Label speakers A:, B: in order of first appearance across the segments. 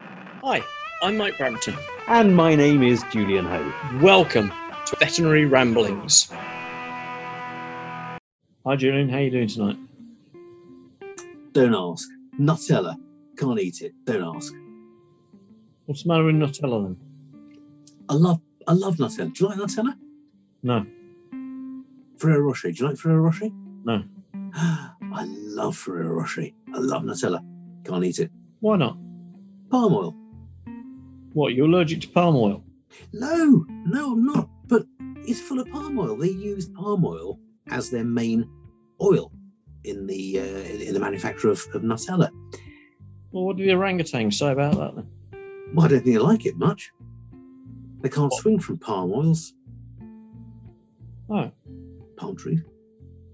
A: Hi, I'm Mike Brampton.
B: And my name is Julian Ho.
A: Welcome to Veterinary Ramblings. Hi, Julian. How you doing tonight?
C: Don't ask. Nutella. Can't eat it. Don't ask.
A: What's the matter with Nutella then?
C: I love I love Nutella. Do you like Nutella?
A: No.
C: Ferrero Rocher. Do you like Ferrero Rocher?
A: No.
C: I love Ferrero Rocher. I love Nutella. Can't eat it.
A: Why not?
C: Palm oil.
A: What? You're allergic to palm oil?
C: No, no, I'm not. But it's full of palm oil. They use palm oil as their main oil in the uh, in in the manufacture of, of Nutella.
A: Well, what did the orangutan say about that then?
C: Well, I don't think they like it much. They can't swing from palm oils,
A: Oh,
C: palm trees.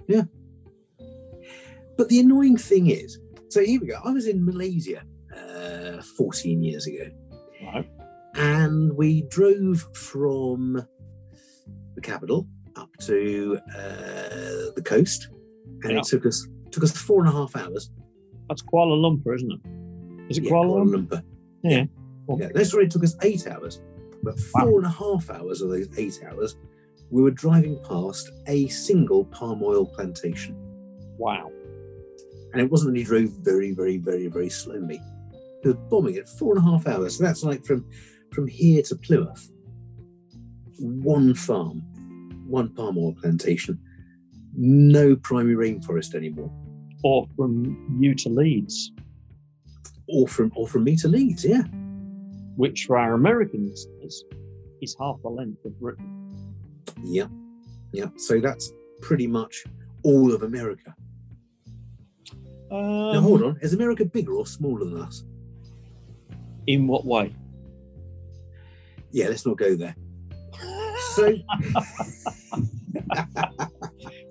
C: Yeah. But the annoying thing is, so here we go. I was in Malaysia uh, 14 years ago.
A: right.
C: and we drove from the capital up to uh, the coast, and
A: Yeah.
C: it took us took us four and a half hours.
A: That's Kuala Lumpur, isn't it? Is it
C: Yeah,
A: Kuala Lumpur?
C: Lumpur.
A: Yeah.
C: yeah. No, sorry, it took us eight hours, but four and a half hours of those eight hours, we were driving past a single palm oil plantation,
A: Wow.
C: and it wasn't that he drove very, very, very, very slowly. He was bombing it four and a half hours. So that's like from from here to Plymouth, one farm, one palm oil plantation, no primary rainforest anymore,
A: Or from you to Leeds,
C: or from or from me to Leeds. Yeah,
A: which for our American listeners is half the length of Britain.
C: yeah, yeah. So that's pretty much all of America.
A: Um,
C: now hold on, is America bigger or smaller than us?
A: In what way?
C: Yeah, let's not go there. So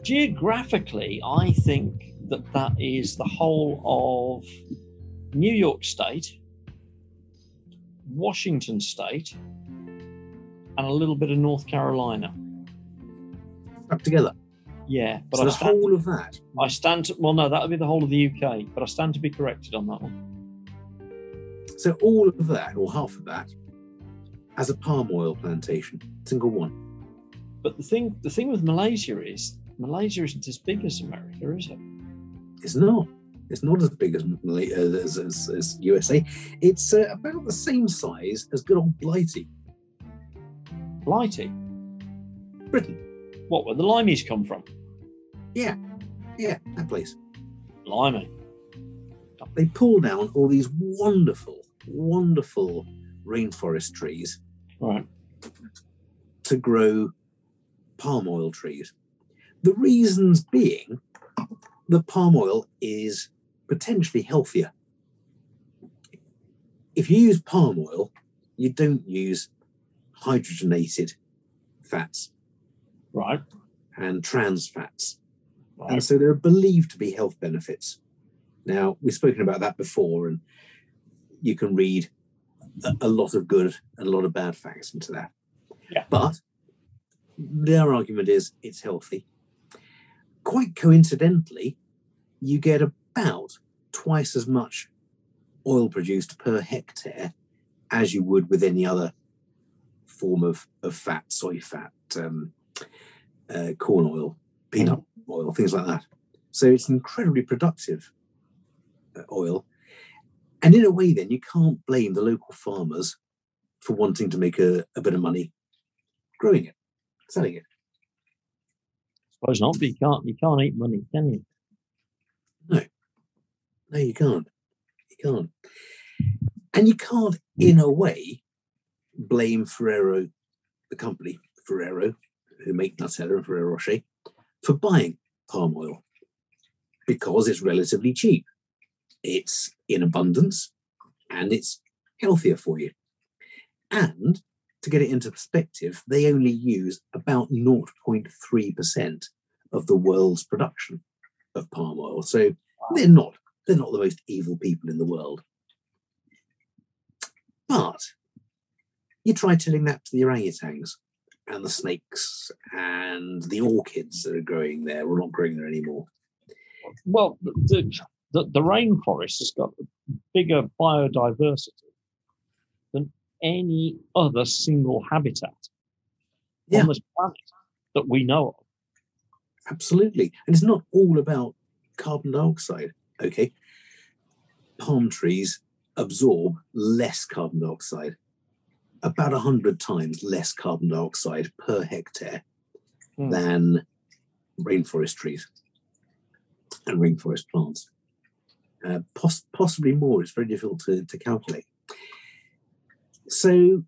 A: geographically, I think that that is the whole of New York State, Washington State, and a little bit of North Carolina.
C: up together.
A: Yeah, but
C: so
A: I,
C: the
A: stand,
C: whole of that.
A: I stand. To, well, no, that would be the whole of the UK, but I stand to be corrected on that one.
C: So all of that, or half of that, as a palm oil plantation, single one.
A: But the thing, the thing with Malaysia is Malaysia isn't as big as America, is it?
C: It's not. It's not as big as Mal- uh, as, as, as USA. It's uh, about the same size as good old Blighty,
A: Blighty.
C: Britain.
A: What? Where the limeys come from?
C: Yeah, that place.
A: Limey.
C: They pull down all these wonderful, wonderful rainforest trees
A: Right.
C: to grow palm oil trees. The reasons being that palm oil is potentially healthier. If you use palm oil, you don't use hydrogenated fats
A: Right.
C: and trans fats. And
A: Right.
C: Uh, so there are believed to be health benefits. Now, we've spoken about that before, and you can read a, a lot of good and a lot of bad facts into that.
A: Yeah.
C: But their argument is it's healthy. Quite coincidentally, you get about twice as much oil produced per hectare as you would with any other form of, of fat, soy fat, um, uh, corn oil, peanut oil, things like that. So it's incredibly productive uh, oil. And in a way, then, you can't blame the local farmers for wanting to make a, a bit of money growing it, selling it.
A: Suppose not. But you can't. You can't eat money, can you?
C: No, you can't. You can't. And you can't, in a way, blame Ferrero, the company, Ferrero, who make Nutella and Ferrero Rocher, for buying palm oil because it's relatively cheap. It's in abundance and it's healthier for you. And to get it into perspective, they only use about 0.3% of the world's production of palm oil. So they're not they're not the most evil people in the world. But you try telling that to the orangutans and the snakes and the orchids that are growing there, or not growing there anymore.
A: Well, the, the, the, the rainforest has got bigger biodiversity any other single habitat
C: Yeah.
A: on this planet that we know of.
C: Absolutely. And it's not all about carbon dioxide. Okay. Palm trees absorb less carbon dioxide, about 100 times less carbon dioxide per hectare
A: Hmm.
C: than rainforest trees and rainforest plants. Uh, poss- possibly more, it's very difficult to, to calculate. So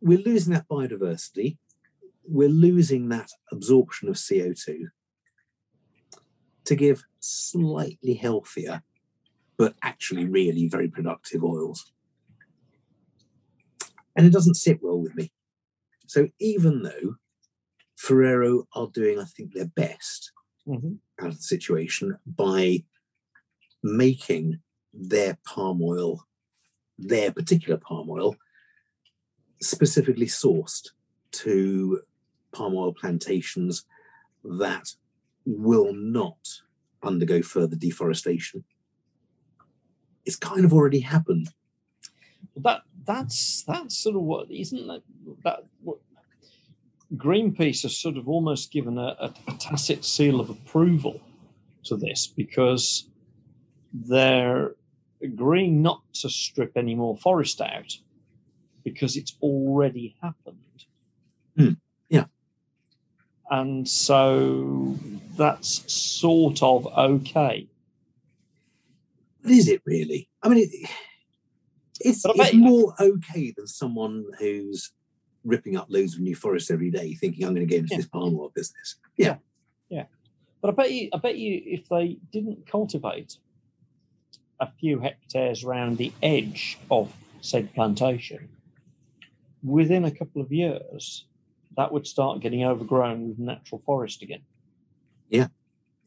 C: we're losing that biodiversity, we're losing that absorption of CO2 to give slightly healthier, but actually really very productive oils. And it doesn't sit well with me. So even though Ferrero are doing, I think, their best
A: Mhm.
C: out of the situation by making their palm oil, their particular palm oil, specifically sourced to palm oil plantations that will not undergo further deforestation. It's kind of already happened.
A: That that's that's sort of what isn't that that what Greenpeace has sort of almost given a, a, a tacit seal of approval to this because they're agreeing not to strip any more forest out because it's already happened.
C: Hmm, yeah.
A: And so that's sort of okay.
C: But is it really? I mean, it, it's,
A: But I
C: it's
A: bet-
C: more okay than someone who's ripping up loads of new forests every day thinking, I'm going to get into
A: Yeah.
C: this palm oil business.
A: But I bet you, I bet you, if they didn't cultivate a few hectares round the edge of said plantation, within a couple of years, that would start getting overgrown with natural forest again.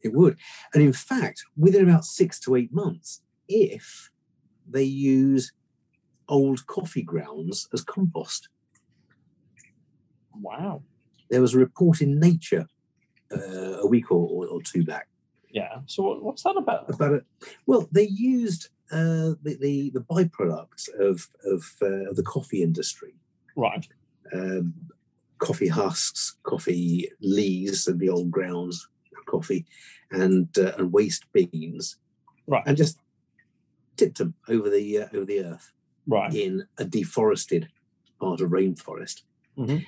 C: It would. And in fact, within about six to eight months, if they use old coffee grounds as compost.
A: Wow.
C: There was a report in Nature uh, a week or, or, or two back
A: Yeah. So what, what's that about?
C: about it. Well, they used uh, the, the, the byproducts of, of, uh, of the coffee industry
A: Right.
C: um, coffee husks, coffee leaves, and the old grounds of coffee, and uh, and waste beans,
A: Right.
C: and just tipped them over the uh, over the earth
A: Right.
C: in a deforested part of rainforest.
A: Mhm.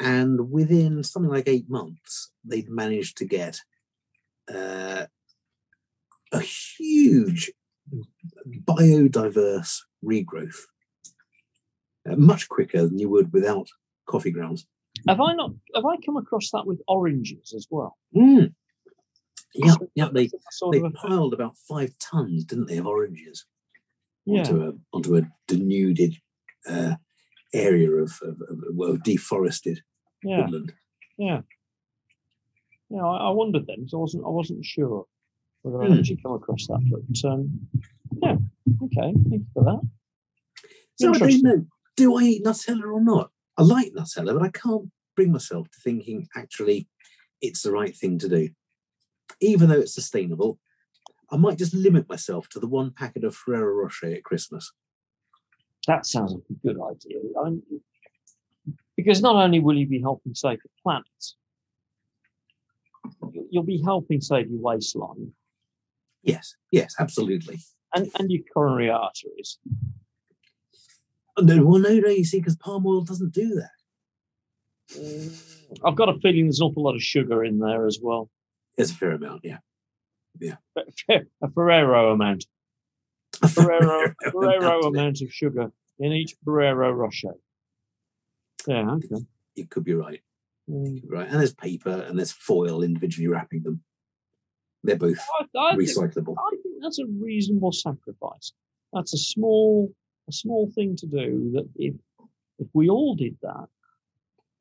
C: And within something like eight months, they'd managed to get uh, a huge biodiverse regrowth, uh, much quicker than you would without coffee grounds.
A: Have I not? Have I come across that with oranges as well?
C: Mm. Yeah, yeah, they,
A: That's sort
C: they
A: of a-
C: piled about five tons, didn't they, of oranges
A: yeah.
C: onto a onto a denuded uh, area of, of, of, well, deforested
A: Yeah.
C: woodland.
A: Yeah. I, I wondered then. 'cause I wasn't. I wasn't sure whether
C: Hmm.
A: I'd actually come across that. But um, yeah. Okay. Thank you for that.
C: So I don't
A: Interesting.
C: know. Do I eat Nutella or not? I like Nutella, but I can't bring myself to thinking actually it's the right thing to do. Even though it's sustainable, I might just limit myself to the one packet of Ferrero Rocher at Christmas.
A: That sounds like a good idea. I'm, because not only will you be helping save the planet, you- you'll be helping save your waistline
C: Yes, yes, absolutely.
A: and, and your coronary arteries.
C: Oh, No, well, no, no, you see, because palm oil doesn't do that.
A: Mm, I've got a feeling there's an awful lot of sugar in there as well.
C: There's a fair amount, yeah.
A: A Ferrero amount. Ferrero, Ferrero
C: amount.
A: amount of sugar in each Ferrero Rocher. Yeah, okay.
C: You could be right,
A: Mm.
C: right. And there's paper and there's foil individually wrapping them. They're both
A: I, I think
C: recyclable.
A: I think that's a reasonable sacrifice. That's a small a small thing to do. That if if we all did that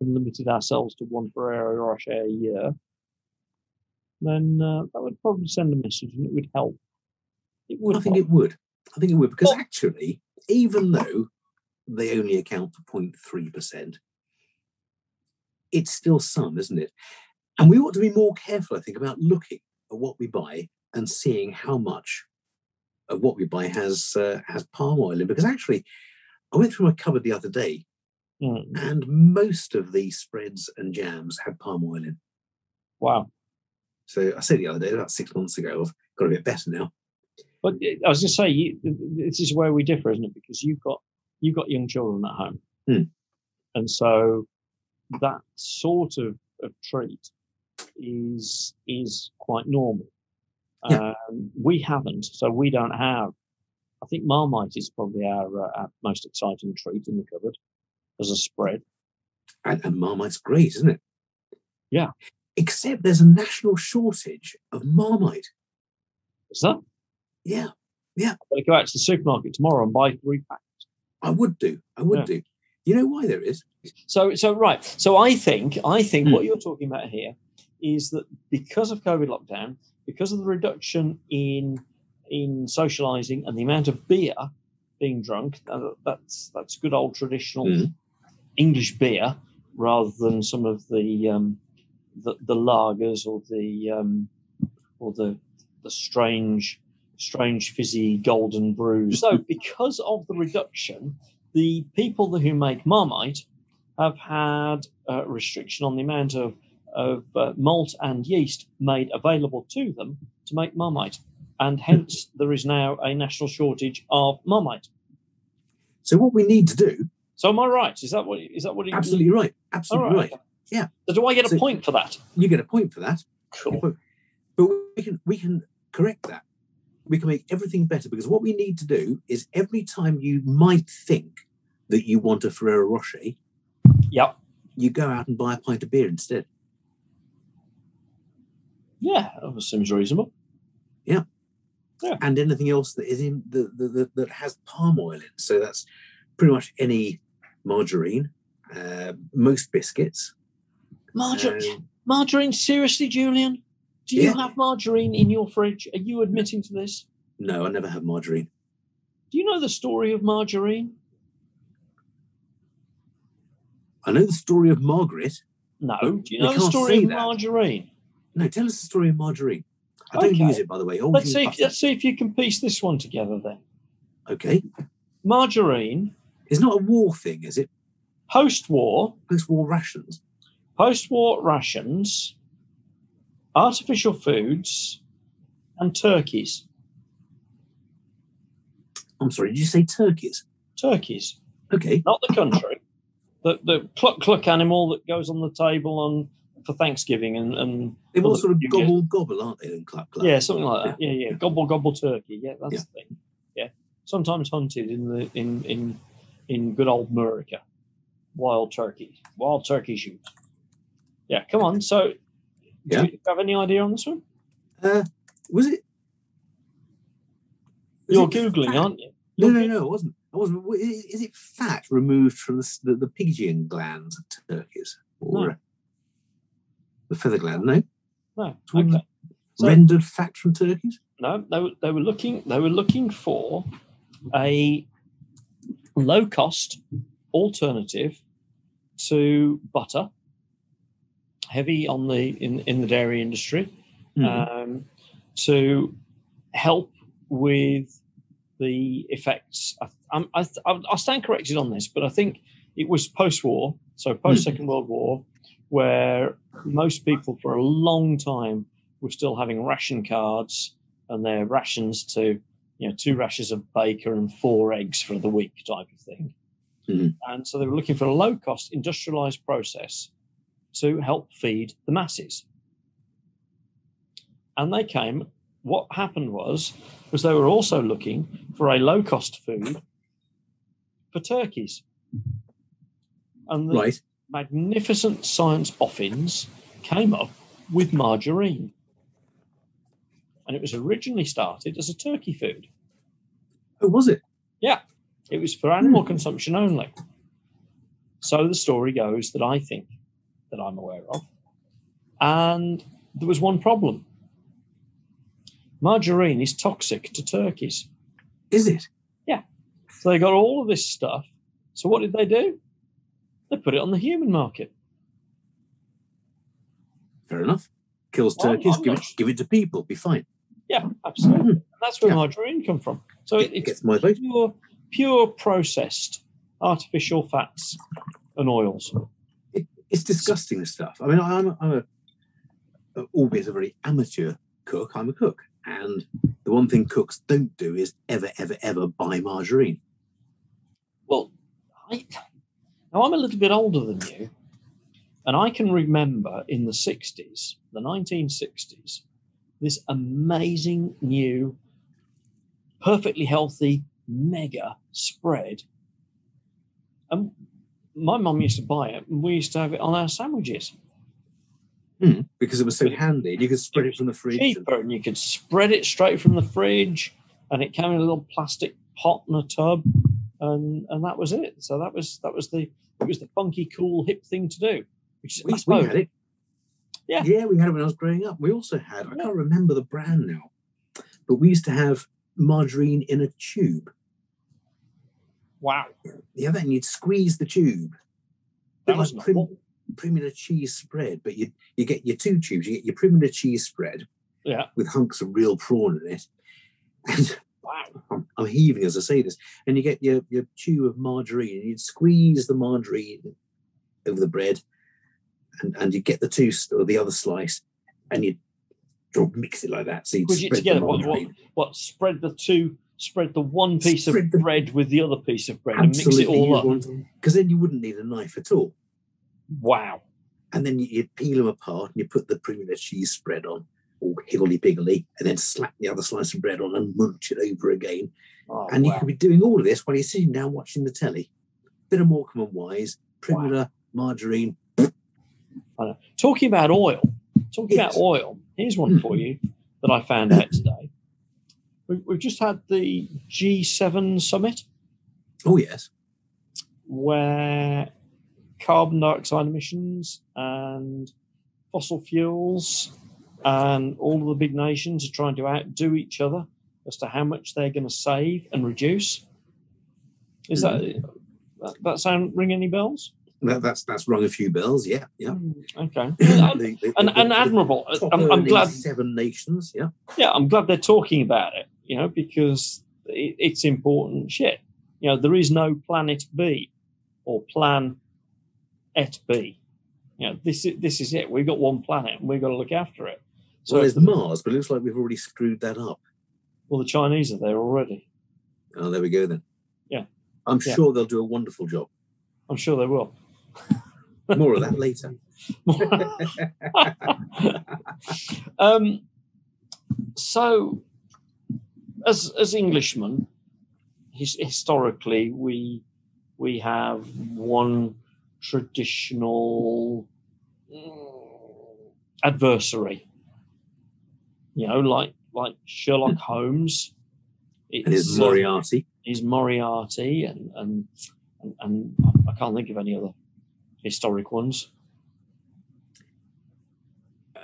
A: and limited ourselves to one Ferrero Rocher a year, then uh, that would probably send a message and it would help. It would.
C: I think
A: help.
C: it would. I think it would because
A: Well-
C: actually, even though they only account for 0.3%, it's still some, isn't it? And we ought to be more careful, I think, about looking at what we buy and seeing how much of what we buy has uh, has palm oil in, because actually, I went through my cupboard the other day,
A: Mm.
C: and most of these spreads and jams had palm oil in.
A: Wow.
C: So I said the other day, about six months ago, I've got a bit better now.
A: But eh, I was just saying, you, this is where we differ, isn't it? Because you've got you've got young children at home,
C: Hmm.
A: and so that sort of, of treat is is quite normal.
C: Yeah.
A: Um, we haven't, so we don't have. I think Marmite is probably our, uh, our most exciting treat in the cupboard as a spread.
C: Hmm. And, and Marmite's great, isn't it?
A: Yeah.
C: Except there's a national shortage of Marmite.
A: Is that?
C: Yeah,
A: I'm going to go out to the supermarket tomorrow and buy three packs.
C: I would do. I would
A: Yeah.
C: do. You know why there is?
A: So, so right. So I think I think
C: Hmm.
A: what you're talking about here is that because of COVID lockdown, because of the reduction in in socialising and the amount of beer being drunk, uh, that's that's good old traditional
C: Hmm.
A: English beer rather than some of the um, the, the lagers or the um, or the the strange strange fizzy golden brews. So because of the reduction, the people who make Marmite have had a restriction on the amount of, of uh, malt and yeast made available to them to make Marmite. And
C: Hmm.
A: hence, there is now a national shortage of Marmite.
C: So what we need to do,
A: So, am I right? Is that what? Is that what? you-
C: absolutely right,
A: All
C: absolutely
A: right.
C: right. Yeah.
A: So, do I get a
C: So-
A: point for that?
C: You get a point for that.
A: Cool.
C: But we can we can correct that. We can make everything better because what we need to do is every time you might think that you want a Ferrero Rocher,
A: Yep.
C: you go out and buy a pint of beer instead.
A: Yeah, that seems reasonable.
C: and anything else that is in the, the, the that has palm oil in. So that's pretty much any margarine, uh, most biscuits.
A: Margarine,
C: um,
A: margarine. Seriously, Julian, do you
C: Yeah.
A: have margarine in your fridge? Are you admitting to this?
C: no, I never have margarine.
A: Do you know the story of margarine?
C: I know the story of Margaret.
A: No.
C: Well,
A: Do you
C: we
A: know the
C: can't
A: story
C: say
A: of
C: that.
A: margarine?
C: No, tell us the story of margarine. I don't
A: Okay.
C: use it, by the way. I
A: Let's
C: always use
A: see. If,
C: butter.
A: let's see if you can piece this one together. Then
C: Okay,
A: margarine,
C: it's not a war thing, is it?
A: post-war,
C: Post-war rations.
A: post-war rations, artificial foods, and turkeys.
C: I'm sorry, did you say turkeys?
A: Turkeys,
C: Okay,
A: not the country. The the cluck cluck animal that goes on the table on for Thanksgiving and and
C: they're all
A: Well,
C: sort of
A: you get-
C: gobble gobble, aren't they? Then cluck cluck.
A: yeah something like that. Yeah, yeah, gobble gobble turkey. Yeah, that's
C: Yeah.
A: the thing. Yeah, sometimes hunted in the in in in good old America, wild turkeys, wild turkey shoot. Yeah, come on. So,
C: Yeah.
A: do you have any idea on this one?
C: Uh, was it? was
A: You're
C: it
A: googling,
C: fat?
A: aren't you?
C: No,
A: You're
C: no, no, I wasn't. I wasn't. Wh- i- Is it fat removed from the, s- the, the pigeon glands of turkeys or
A: No.
C: the feather gland? No,
A: No.
C: It's all
A: Okay. So-
C: rendered fat from turkeys.
A: No, they were, they were looking they were looking for a low cost alternative to butter, heavy on the in, in the dairy industry,
C: Hmm.
A: um, to help with the effects. I, I'm, I, I'm- I stand corrected on this, but I think it was post-war, so post-Second World War, where most people for a long time were still having ration cards and their rations to, you know, two rashers of bacon and four eggs for the week type of thing.
C: Mhm.
A: And so they were looking for a low-cost industrialized process to help feed the masses and they came. What happened was, was they were also looking for a low cost food for turkeys, and the
C: right.
A: magnificent science boffins came up with margarine, and it was originally started as a turkey food.
C: Oh, was it?
A: It was for animal consumption only. So the story goes that I think that I'm aware of. And there was one problem margarine is toxic to turkeys.
C: Is it?
A: So they got all of this stuff. So what did they do? They put it on the human market.
C: Fair enough. Kills
A: Well, I'm-
C: turkeys.
A: I'm
C: give
A: not
C: it. Give it to people. Be fine.
A: Yeah, absolutely. And that's where
C: Yeah.
A: margarine come from. So
C: Get,
A: it's
C: gets my vote.
A: pure, pure processed artificial fats and oils.
C: It's disgusting stuff. I mean, I'm, I'm a, a, albeit a very amateur cook, I'm a cook. And the one thing cooks don't do is ever, ever, ever buy margarine.
A: Well, I, now I'm a little bit older than you, and I can remember in the 60s, the 1960s, this amazing new, perfectly healthy, mega spread. And my mum used to buy it, and we used to have it on our sandwiches.
C: Mm, because it was so handy. You could spread it from the fridge. and-
A: Cheaper, and you could spread it straight from the fridge, and it came in a little plastic pot and a tub, and and that was it. So that was that was the it was the funky, cool, hip thing to do. Which is,
C: We,
A: I
C: we
A: suppose,
C: had it.
A: Yeah.
C: Yeah, we had it when I was growing up. We also had, I can't remember the brand now, but we used to have margarine in a tube.
A: wow,
C: Yeah, then you'd squeeze the tube.
A: that
C: Bit
A: was
C: like
A: not
C: prim, Primula cheese spread, but you you get your two tubes. You get your Primula cheese spread
A: Yeah.
C: with hunks of real prawn in it, and
A: wow.
C: I'm, I'm heaving as I say this. And you get your your tube of margarine, and you'd squeeze the margarine over the bread, and and you get the two s- or the other slice, and you would mix it like that. So you'd
A: Squidge it
C: spread
A: together,
C: the
A: what- what-
C: margarine.
A: What spread the two? Spread the one piece
C: Spread the-
A: of bread with the other piece of bread
C: Absolutely,
A: and mix it all up.
C: because then you wouldn't need a knife at all.
A: Wow.
C: and then you- you'd peel them apart and you put the Primula cheese spread on, all higgledy piggledy, and then slap the other slice of bread on and munch it over again.
A: Oh,
C: and
A: wow.
C: you could be doing all of this while you're sitting down watching the telly. Bit of Morecambe and Wise, Primula, margarine.
A: Talking about oil, talking
C: Yes.
A: about oil, here's one
C: Mm.
A: for you that I found out today. We've, we've just had the G7 summit
C: Oh yes,
A: where carbon dioxide emissions and fossil fuels and all of the big nations are trying to outdo each other as to how much they're going to save and reduce. Is that, that that sound ring any bells?
C: that, that's that's rung a few bells. Yeah, yeah.
A: Okay, and,
C: The- the-
A: and,
C: the- the
A: admirable.
C: top
A: I'm, I'm
C: earning
A: glad
C: Seven nations. Yeah,
A: yeah, I'm glad they're talking about it, you know, because it, it's important shit. You know, there is no planet B or plan et B. You know, this is this is it. We've got one planet and we've got to look after it.
C: so
A: So,
C: there's Mars, but it looks like we've already screwed that up.
A: well, the Chinese are there already.
C: Oh, there we go then.
A: Yeah.
C: I'm
A: Yeah.
C: sure they'll do a wonderful job.
A: I'm sure they will.
C: More of that later.
A: um, so, as as Englishmen, his, historically we we have one traditional mm, adversary. You know, like like Sherlock Holmes.
C: Hmm. And
A: It's,
C: there's
A: uh,
C: Moriarty.
A: is Moriarty and and and, and I can't think of any other historic ones.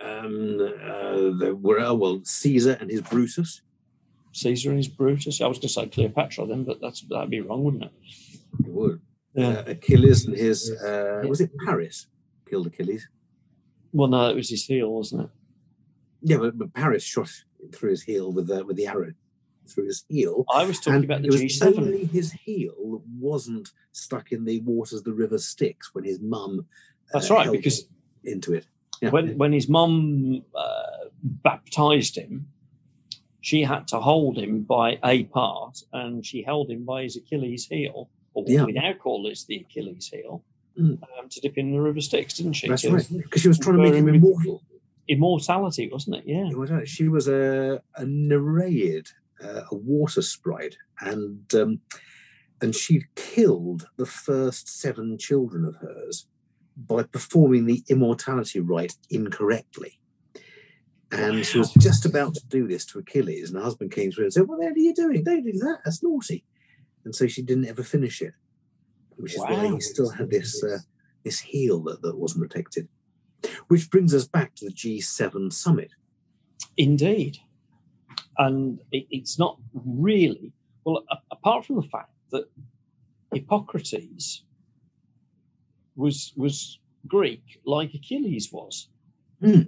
C: Um, uh, there were uh, well Caesar and his Brutus.
A: Caesar and his Brutus. I was going to say Cleopatra then, but that's that'd be wrong, wouldn't it?
C: It would. Uh, Achilles and his uh, was it Paris killed Achilles?
A: Well, no, it was his heel, wasn't it?
C: Yeah, but, but Paris shot through his heel with the with the arrow through his heel.
A: I was talking
C: and
A: about the
C: it was
A: G7.
C: only uh, his heel that wasn't stuck in the waters of the River Styx when his mum.
A: That's
C: uh,
A: right,
C: held
A: because
C: into it. Yeah.
A: when when his mum uh, baptized him, she had to hold him by a part, and she held him by his Achilles heel, or what
C: Yeah.
A: we now call is the Achilles heel,
C: Mm.
A: um, to dip in the river Styx, didn't she?
C: that's
A: It
C: right,
A: was
C: because she was trying to make him
A: Very-
C: immortal.
A: Immortality, wasn't it? Yeah.
C: It was, uh, She was a, a Nereid, uh, a water sprite, and um, and she killed the first seven children of hers by performing the immortality rite incorrectly. And she was just about to do this to Achilles, and her husband came through and said, "What the hell are you doing? Don't do that. That's naughty." And so she didn't ever finish it, which is why
A: Wow.
C: he still had this uh, this heel that, that wasn't protected. Which brings us back to the G7 summit.
A: Indeed. And it, it's not really, well, a, apart from the fact that Hippocrates was, was Greek like Achilles was.
C: Hmm.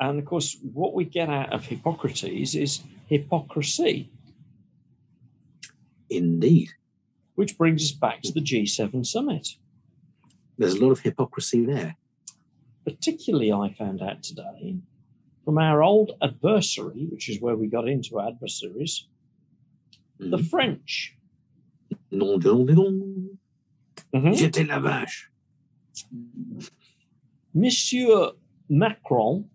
A: And of course, what we get out of Hippocrates is hypocrisy,
C: Indeed.
A: which brings us back to the G7 summit.
C: There's a lot of hypocrisy there.
A: Particularly, I found out today from our old adversary, which is where we got into adversaries, the
C: Mm.
A: French.
C: Non, non, non.
A: Hmm? Mm-hmm.
C: Jetez la vache.
A: Monsieur Macron,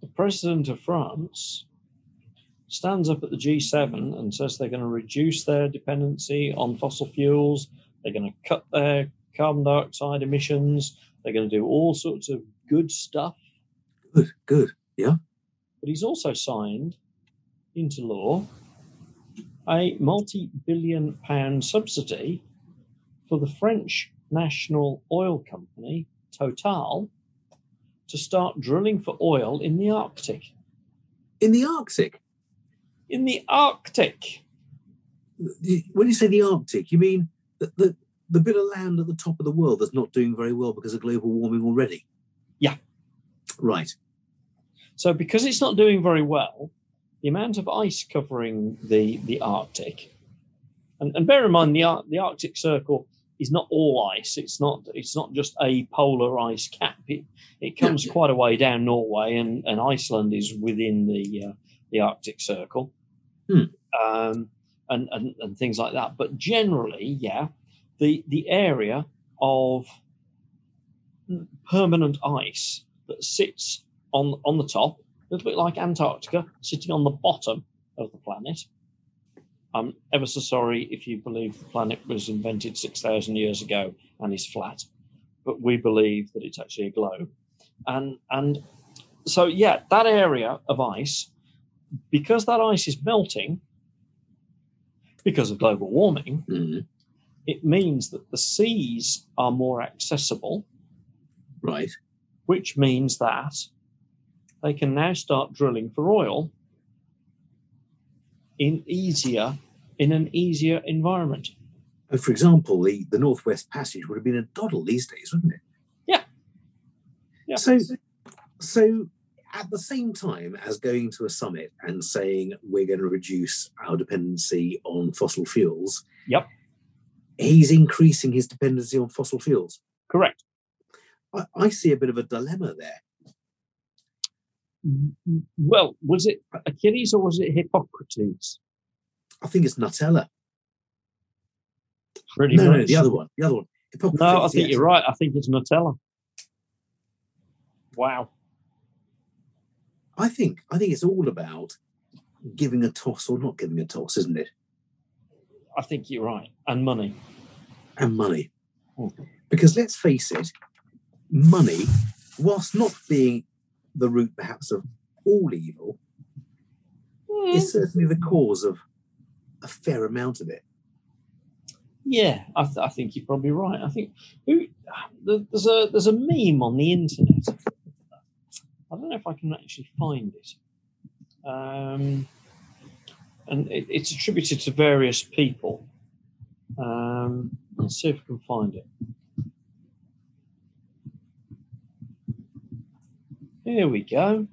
A: the president of France, stands up at the G7 and says they're going to reduce their dependency on fossil fuels, they're going to cut their carbon dioxide emissions, they're going to do all sorts of good stuff.
C: Good, good.
A: But he's also signed into law a multi billion pound subsidy for the French national oil company, Total, to start drilling for oil in the Arctic.
C: In the Arctic,
A: In the Arctic!
C: the- when you say the Arctic, you mean the, the, the bit of land at the top of the world that's not doing very well because of global warming already?
A: Yeah.
C: Right.
A: So, because it's not doing very well, the amount of ice covering the, the Arctic, and, and bear in mind the, Ar- the Arctic Circle is not all ice. It's not it's not just a polar ice cap. It, it comes
C: Yeah.
A: quite a way down Norway, and, and Iceland is within the uh, the Arctic Circle,
C: Hmm.
A: um, and, and and things like that. But generally, yeah, the the area of permanent ice that sits on on the top, a little bit like Antarctica, sitting on the bottom of the planet. I'm ever so sorry if you believe the planet was invented six thousand years ago and is flat, but we believe that it's actually a globe, and and so yeah, that area of ice, because that ice is melting, because of global warming,
C: Mm,
A: it means that the seas are more accessible,
C: right.
A: which means that they can now start drilling for oil in easier in an easier environment.
C: And for example, the, the Northwest Passage would have been a doddle these days, wouldn't it?
A: Yeah. Yeah.
C: So, so at the same time as going to a summit and saying we're going to reduce our dependency on fossil fuels,
A: Yep.
C: he's increasing his dependency on fossil fuels.
A: Correct.
C: I, I see a bit of a dilemma there. Mm-hmm.
A: Well, was it Achilles or was it Hippocrates?
C: I think it's Nutella.
A: Pretty
C: No, no, the other one. The other one. Hippocrates,
A: No, I think
C: yes.
A: you're right. I think it's Nutella. Wow.
C: I think I think it's all about giving a toss or not giving a toss, isn't it?
A: I think you're right. And money.
C: and money.
A: Mm.
C: Because let's face it, money, whilst not being the root perhaps of all evil, is certainly the cause of a fair amount of it.
A: Yeah, I, th- I think you're probably right. I think who, th- there's a there's a meme on the internet. I don't know if I can actually find it, um, and it, it's attributed to various people. Um, let's see if we can find it. Here we go.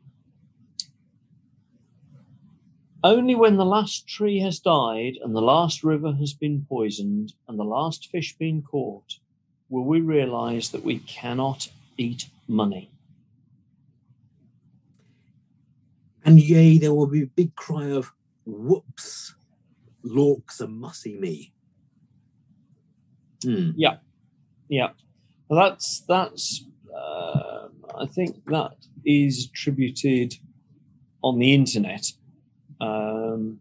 A: Only when the last tree has died and the last river has been poisoned and the last fish been caught will we realize that we cannot eat money.
C: And yea, there will be a big cry of whoops, lorks and mussy me. Hmm.
A: Now that's that's um I think that is attributed on the internet um,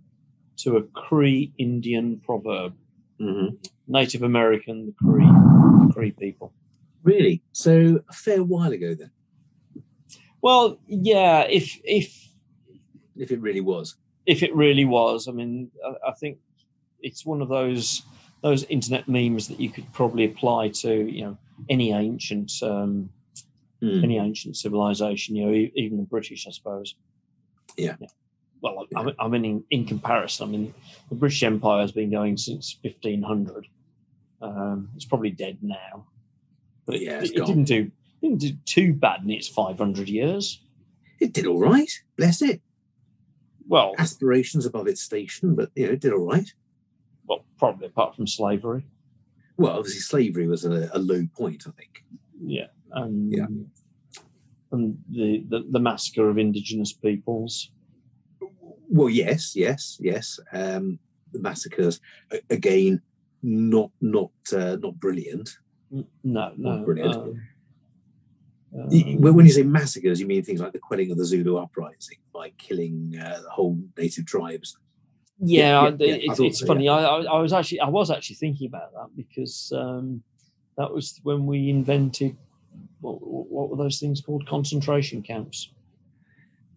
A: to a Cree Indian proverb,
C: Mhm.
A: Native American Cree Cree people.
C: Really? So a fair while ago then,
A: Well, yeah, if if
C: if it really was.
A: if it really was. I mean, I, I think it's one of those those internet memes that you could probably apply to you know any ancient um,
C: Hmm.
A: any ancient civilization. You know, e- even the British, I suppose.
C: Yeah.
A: Well, I, I mean, in, in comparison, I mean, the British Empire has been going since 1500. Um, it's probably dead now, but it,
C: Yeah,
A: it,
C: it's
A: it
C: gone.
A: didn't do didn't do too bad in its 500 years.
C: It did all right, bless it.
A: Well,
C: Aspirations above its station, but you know, it did all right.
A: well, probably apart from slavery.
C: Well, obviously, slavery was at a, a low point, I think.
A: Yeah. And,
C: Yeah.
A: And the, the, the massacre of indigenous peoples.
C: Well, yes, yes, yes. Um, the massacres a- again, not not uh, not brilliant.
A: N- No, no.
C: Oh, brilliant.
A: um,
C: Y-
A: um,
C: When when you say massacres, you mean things like the quelling of the Zulu uprising by killing uh, whole native tribes.
A: yeah,
C: yeah,
A: I-
C: yeah, I
A: it's,
C: thought
A: it's
C: so,
A: funny. I, I, I was actually I was actually thinking about that because um, that was when we invented what, what were those things called? Concentration camps.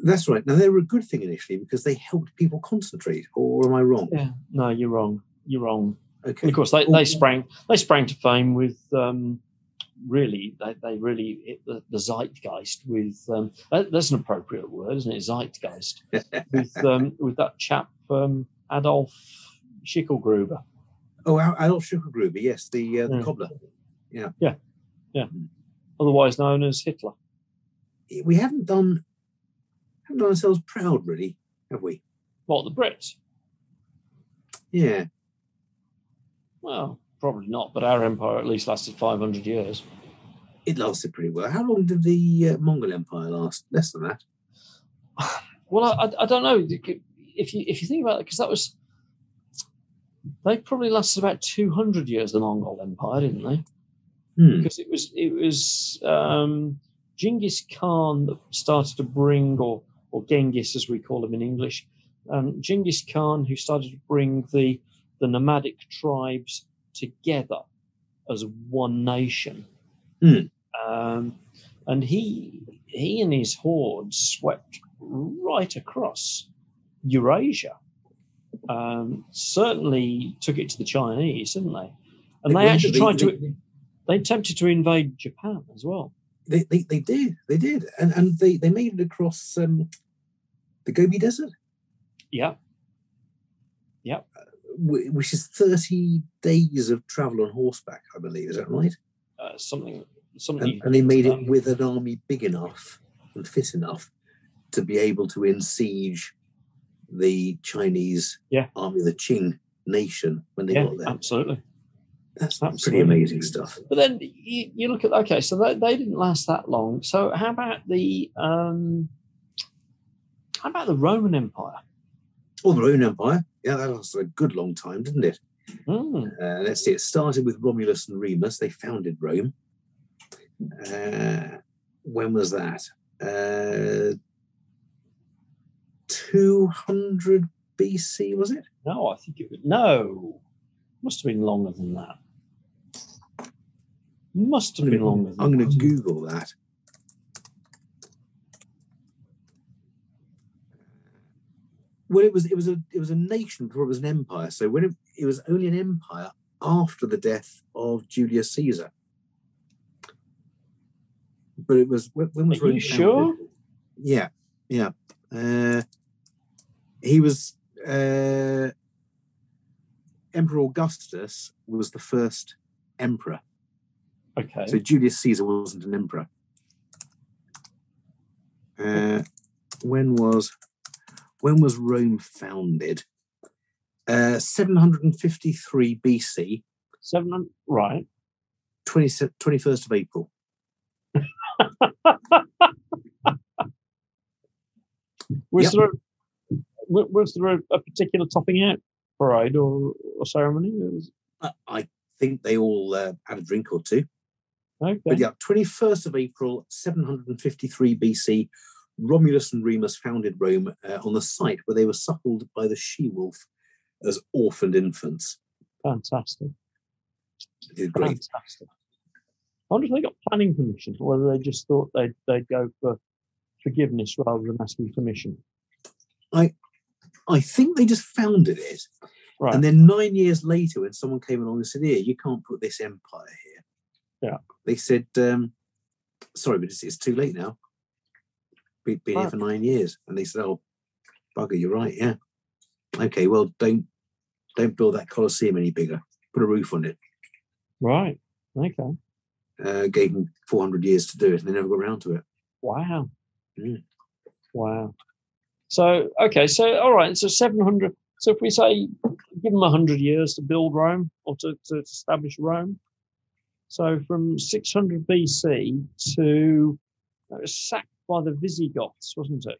C: That's right. Now they were a good thing initially because they helped people concentrate. Or am I wrong?
A: Yeah. No, you're wrong. You're wrong. And
C: Okay.
A: of course, they, they sprang they sprang to fame with um, really they, they really hit the, the zeitgeist with um, that, that's an appropriate word, isn't it? Zeitgeist with um, with that chap um, Adolf Schickelgruber.
C: Oh, Al- Adolf Schickelgruber, yes, the, uh, the
A: Yeah.
C: cobbler.
A: otherwise known as Hitler.
C: We haven't done haven't done ourselves proud, really, have we?
A: What the Brits?
C: Yeah.
A: Well, probably not. But our empire at least lasted 500 years.
C: It lasted pretty well. How long did the uh, Mongol Empire last? Less than that.
A: Well, I, I, I don't know. You could- If you if you think about it, because that was they probably lasted about 200 years. The Mongol Empire, didn't they?
C: Hmm.
A: because it was it was um, Genghis Khan that started to bring, or or Genghis as we call him in English, um, Genghis Khan who started to bring the the nomadic tribes together as one nation,
C: Hmm.
A: um, and he he and his hordes swept right across Eurasia. Um, certainly took it to the Chinese, didn't they? And they actually tried to they attempted to invade Japan as well.
C: They, they, they did. They did. And and they, they made it across um, the Gobi Desert,
A: Yeah,
C: wh- which is 30 days of travel on horseback, I believe. Is that right?
A: uh, something, something.
C: And, and they made
A: um,
C: it with an army big enough and fit enough to be able to ensiege the Chinese
A: Yeah.
C: army, the Qing nation, when they
A: yeah, Um,
C: got there.
A: absolutely.
C: That's
A: absolutely.
C: pretty amazing stuff.
A: But then you, you look at okay, so they, they didn't last that long. So how about the um, how about the Roman Empire?
C: Or the Roman Empire. Yeah, that lasted a good long time, didn't it?
A: Hmm,
C: Uh, let's see, it started with Romulus and Remus. They founded Rome. Uh, when was that? Uh, 200 BC, was it?
A: no, I think it was, no, must have been longer than that. Must have been longer. Than
C: I'm going to
A: that.
C: Google that. Well, it was it was a it was a nation before it was an empire. So when it, it was only an empire after the death of Julius Caesar. But it was when, when was
A: Are
C: Rome
A: you
C: founded?
A: sure?
C: Yeah, yeah. Uh, he was uh, Emperor Augustus was the first emperor.
A: Okay.
C: So Julius Caesar wasn't an emperor. Uh, when was when was Rome founded? Uh, 753 BC,
A: Seven hun- right.
C: 20, 21st of April.
A: Was
C: Yep.
A: there a, wa- was there a, a particular topping out parade or, or ceremony? It was-
C: I, I think they all uh, had a drink or two.
A: Okay.
C: But yeah, 21st of April, 753 BC, Romulus and Remus founded Rome uh, on the site where they were suckled by the she wolf as orphaned infants.
A: Fantastic.
C: It did great.
A: Fantastic. I wonder if they got planning permission or whether they just thought they'd, they'd go for forgiveness rather than asking permission.
C: I think they just founded it.
A: Right.
C: And then nine years later, when someone came along and said, Here, you can't put this empire here.
A: Yeah.
C: They said, um, Sorry, but it's, it's too late now. We've been here
A: Right.
C: for nine years. And they said, Oh, bugger, you're right. Yeah. Okay, well, don't don't build that Colosseum any bigger. Put a roof on it.
A: right. Okay.
C: Uh, gave them 400 years to do it, and they never got around to it.
A: Wow.
C: Mm.
A: Wow. So, okay. So, all right. So, 700. So if we say, give them 100 years to build Rome or to, to establish Rome. So from 600 BC to, it was sacked by the Visigoths, wasn't it?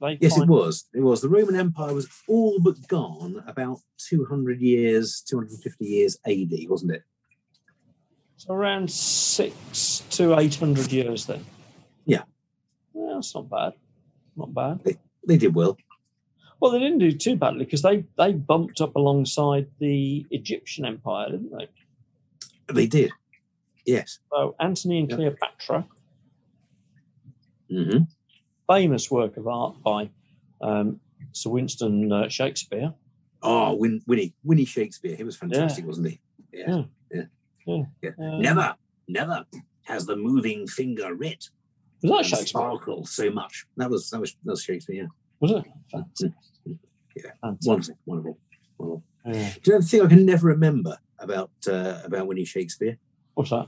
A: They
C: Yes, it
A: finally-
C: was. It was. The Roman Empire was all but gone about 200 years, 250 years AD, wasn't it?
A: So around six to 800 years then.
C: Yeah.
A: Well, that's not bad. Not bad.
C: They did well.
A: Well, they didn't do too badly because they, they bumped up alongside the Egyptian Empire, didn't they?
C: They did. Yes.
A: So Antony and
C: Yeah.
A: Cleopatra, Mm-hmm.
C: hmm
A: famous work of art by um, Sir Winston uh, Shakespeare.
C: Oh, Win- Winnie, Winnie Shakespeare. He was fantastic, wasn't he? Yeah. Yeah.
A: Yeah. Uh,
C: Never, never has the moving finger writ
A: Was
C: and
A: that Shakespeare?
C: sparkle so much. That was that was that was Shakespeare.
A: Was it?
C: Yeah.
A: Fantastic. Fantastic.
C: Wonderful, wonderful, wonderful.
A: Yeah.
C: Do you know the thing I can never remember about uh, about Winnie Shakespeare?
A: What's that?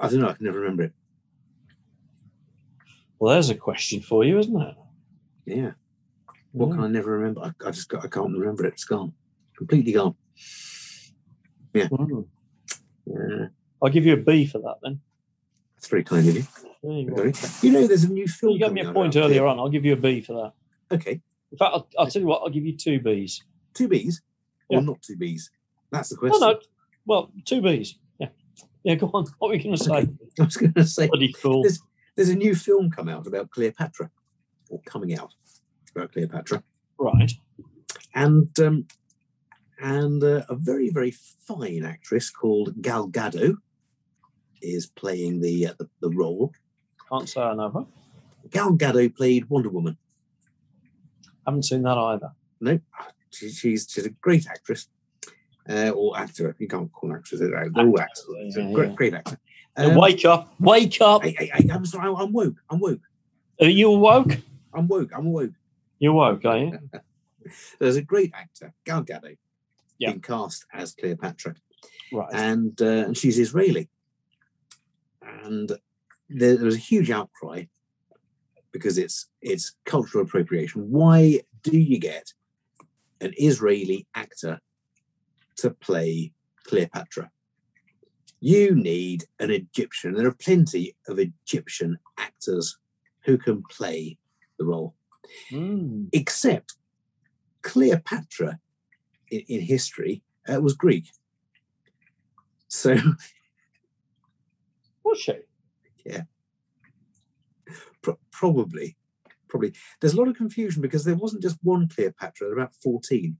C: I don't know. I can never remember it.
A: Well, there's a question for you, isn't Hmm. it?
C: Yeah. What
A: Yeah.
C: can I never remember? I, I just got, I can't remember it. It's gone, completely gone.
A: Mm.
C: Yeah.
A: I'll give you a B for that then.
C: That's very kind of you.
A: There you go.
C: Very- You know, there's a new film.
A: You gave me
C: coming
A: a
C: out
A: point
C: about it.
A: earlier on. I'll give you a B for that.
C: Okay,
A: In fact, I'll, I'll tell you what. I'll give you two Bs.
C: two Bs
A: Yeah.
C: or not two Bs? That's the
A: No,
C: question.
A: no. Well, two Bs. Yeah. Yeah, go on. What were you going to say?
C: Okay. I was going to say
A: Bloody fool.
C: This- there's a new film come out about Cleopatra, or coming out about Cleopatra,
A: Right.
C: and um, and uh, a very very fine actress called Gal Gadot is playing the uh, the, the role.
A: Can't say I know her.
C: Gal Gadot played Wonder Woman.
A: Haven't seen that either.
C: No, she, she's she's a great actress uh, or actor. You can't call her actress. They're all actors. She's a
A: yeah,
C: great,
A: yeah.
C: great actor.
A: Now
C: Um,
A: wake up. Wake up.
C: I, I, I, I'm sorry. I'm woke. I'm woke.
A: Are you awoke?
C: I'm woke. I'm woke.
A: You're woke, are you?
C: There's a great actor, Gal Gadot,
A: Yeah.
C: being cast as Cleopatra,
A: Right.
C: and uh, and she's Israeli. And there, there was a huge outcry because it's it's cultural appropriation. Why do you get an Israeli actor to play Cleopatra? You need an Egyptian. There are plenty of Egyptian actors who can play the role
A: Mm.
C: except Cleopatra in, in history uh, was Greek. So
A: Was she?
C: pro- probably, probably there's a lot of confusion because there wasn't just one Cleopatra. There were about fourteen.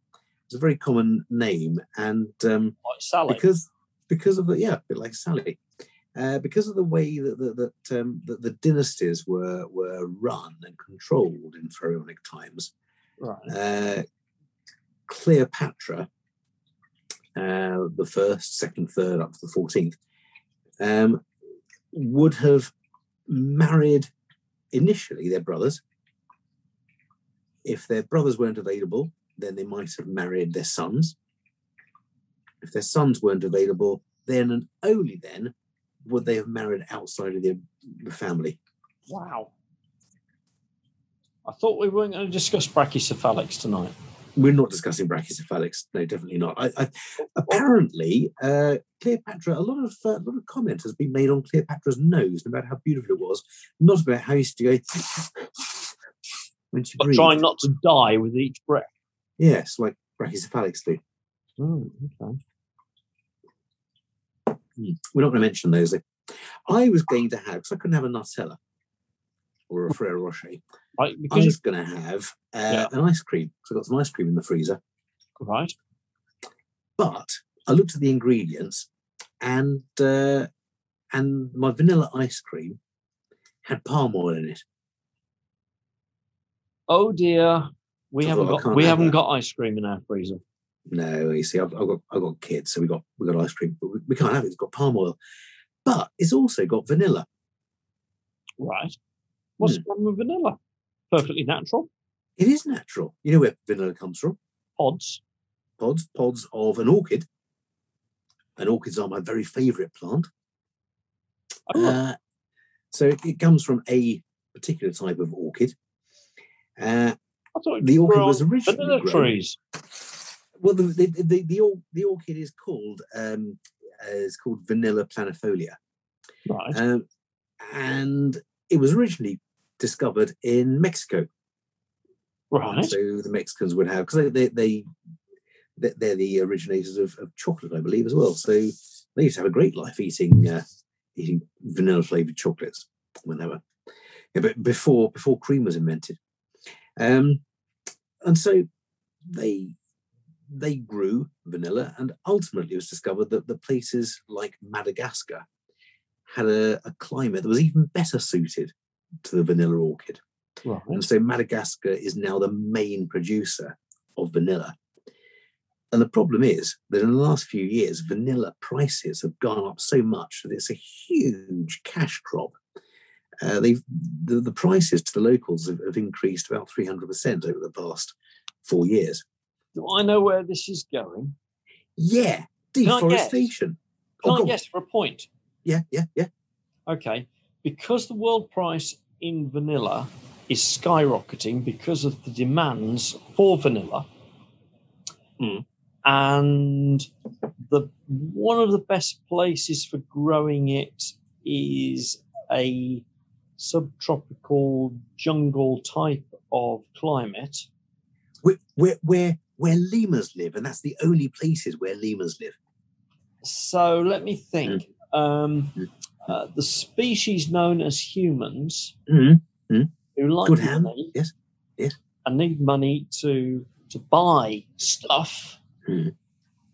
C: It's a very common name, and um,
A: Like Sally.
C: because because of the yeah, a bit like Sally, uh, because of the way that that, that, um, that the dynasties were were run and controlled in pharaonic times,
A: Right.
C: uh, Cleopatra, uh, the first, second, third, up to the 14th, um, would have married initially their brothers. If their brothers weren't available, then they might have married their sons. If their sons weren't available, then and only then would they have married outside of the, the family.
A: Wow. I thought we weren't going to discuss brachycephalics tonight.
C: we're not discussing brachycephalics. No, definitely not. I, I, apparently, uh, Cleopatra. A lot of uh, a lot of comment has been made on Cleopatra's nose and about how beautiful it was, not about how used to go when she
A: But
C: breathed.
A: trying not to die with each breath.
C: Yes, like brachycephalics do.
A: Mm, okay.
C: We're not going to mention those. though. I was going to have because I couldn't have a Nutella or a Frere Rocher.
A: Right.
C: I
A: Because
C: was going to have uh,
A: Yeah.
C: an ice cream because I got some ice cream in the freezer.
A: right.
C: but I looked at the ingredients, and uh, and my vanilla ice cream had palm oil in it.
A: Oh dear. We
C: I
A: haven't
C: thought I
A: got
C: can't
A: we
C: have
A: haven't
C: that.
A: got ice cream in our freezer.
C: No, you see, I've, I've got I've got kids, so we got we got ice cream, but we, we can't have it. It's got palm oil, but it's also got vanilla.
A: Right.
C: Hmm.
A: What's the problem with vanilla? Perfectly natural.
C: It is natural. You know where vanilla comes from?
A: Pods.
C: Pods, pods of an orchid. And orchids are my very favourite plant.
A: Oh,
C: Uh, so it comes from a particular type of orchid. Uh,
A: I thought
C: The
A: you were
C: orchid was
A: on
C: originally
A: banana
C: grown-
A: trees.
C: Well, the the the, the, or- the orchid is called um, uh, it's called Vanilla planifolia,
A: Right.
C: um, and it was originally discovered in Mexico.
A: right.
C: So the Mexicans would have because they, they they they- they're the originators of, of chocolate, I believe, as well. So they used to have a great life eating uh, eating vanilla flavored chocolates when they were yeah, but before before cream was invented. Um, and so they they grew vanilla, and ultimately it was discovered that the places like Madagascar had a, a climate that was even better suited to the vanilla orchid. And
A: Right.
C: so Madagascar is now the main producer of vanilla. And the problem is that in the last few years, vanilla prices have gone up so much that it's a huge cash crop. Uh, they've, the, the prices to the locals have, have increased about 300% over the past four years.
A: Do I know where this is
C: Oh,
A: going?
C: Yeah,
A: Can I guess?
C: deforestation.
A: Can
C: Oh,
A: I
C: God.
A: guess for a point?
C: Yeah, yeah, yeah.
A: Okay. Because the world price in vanilla is skyrocketing because of the demands for vanilla.
C: Mm.
A: And the one of the best places for growing it is a subtropical jungle type of climate.
C: Where, where, where, where lemurs live, and that's the only places where lemurs live.
A: So let me think. Um,
C: Mm.
A: uh, the species known as humans
C: Mm-hmm.
A: who like
C: Good hand.
A: money
C: Yes.
A: and need money to to buy stuff.
C: Mhm.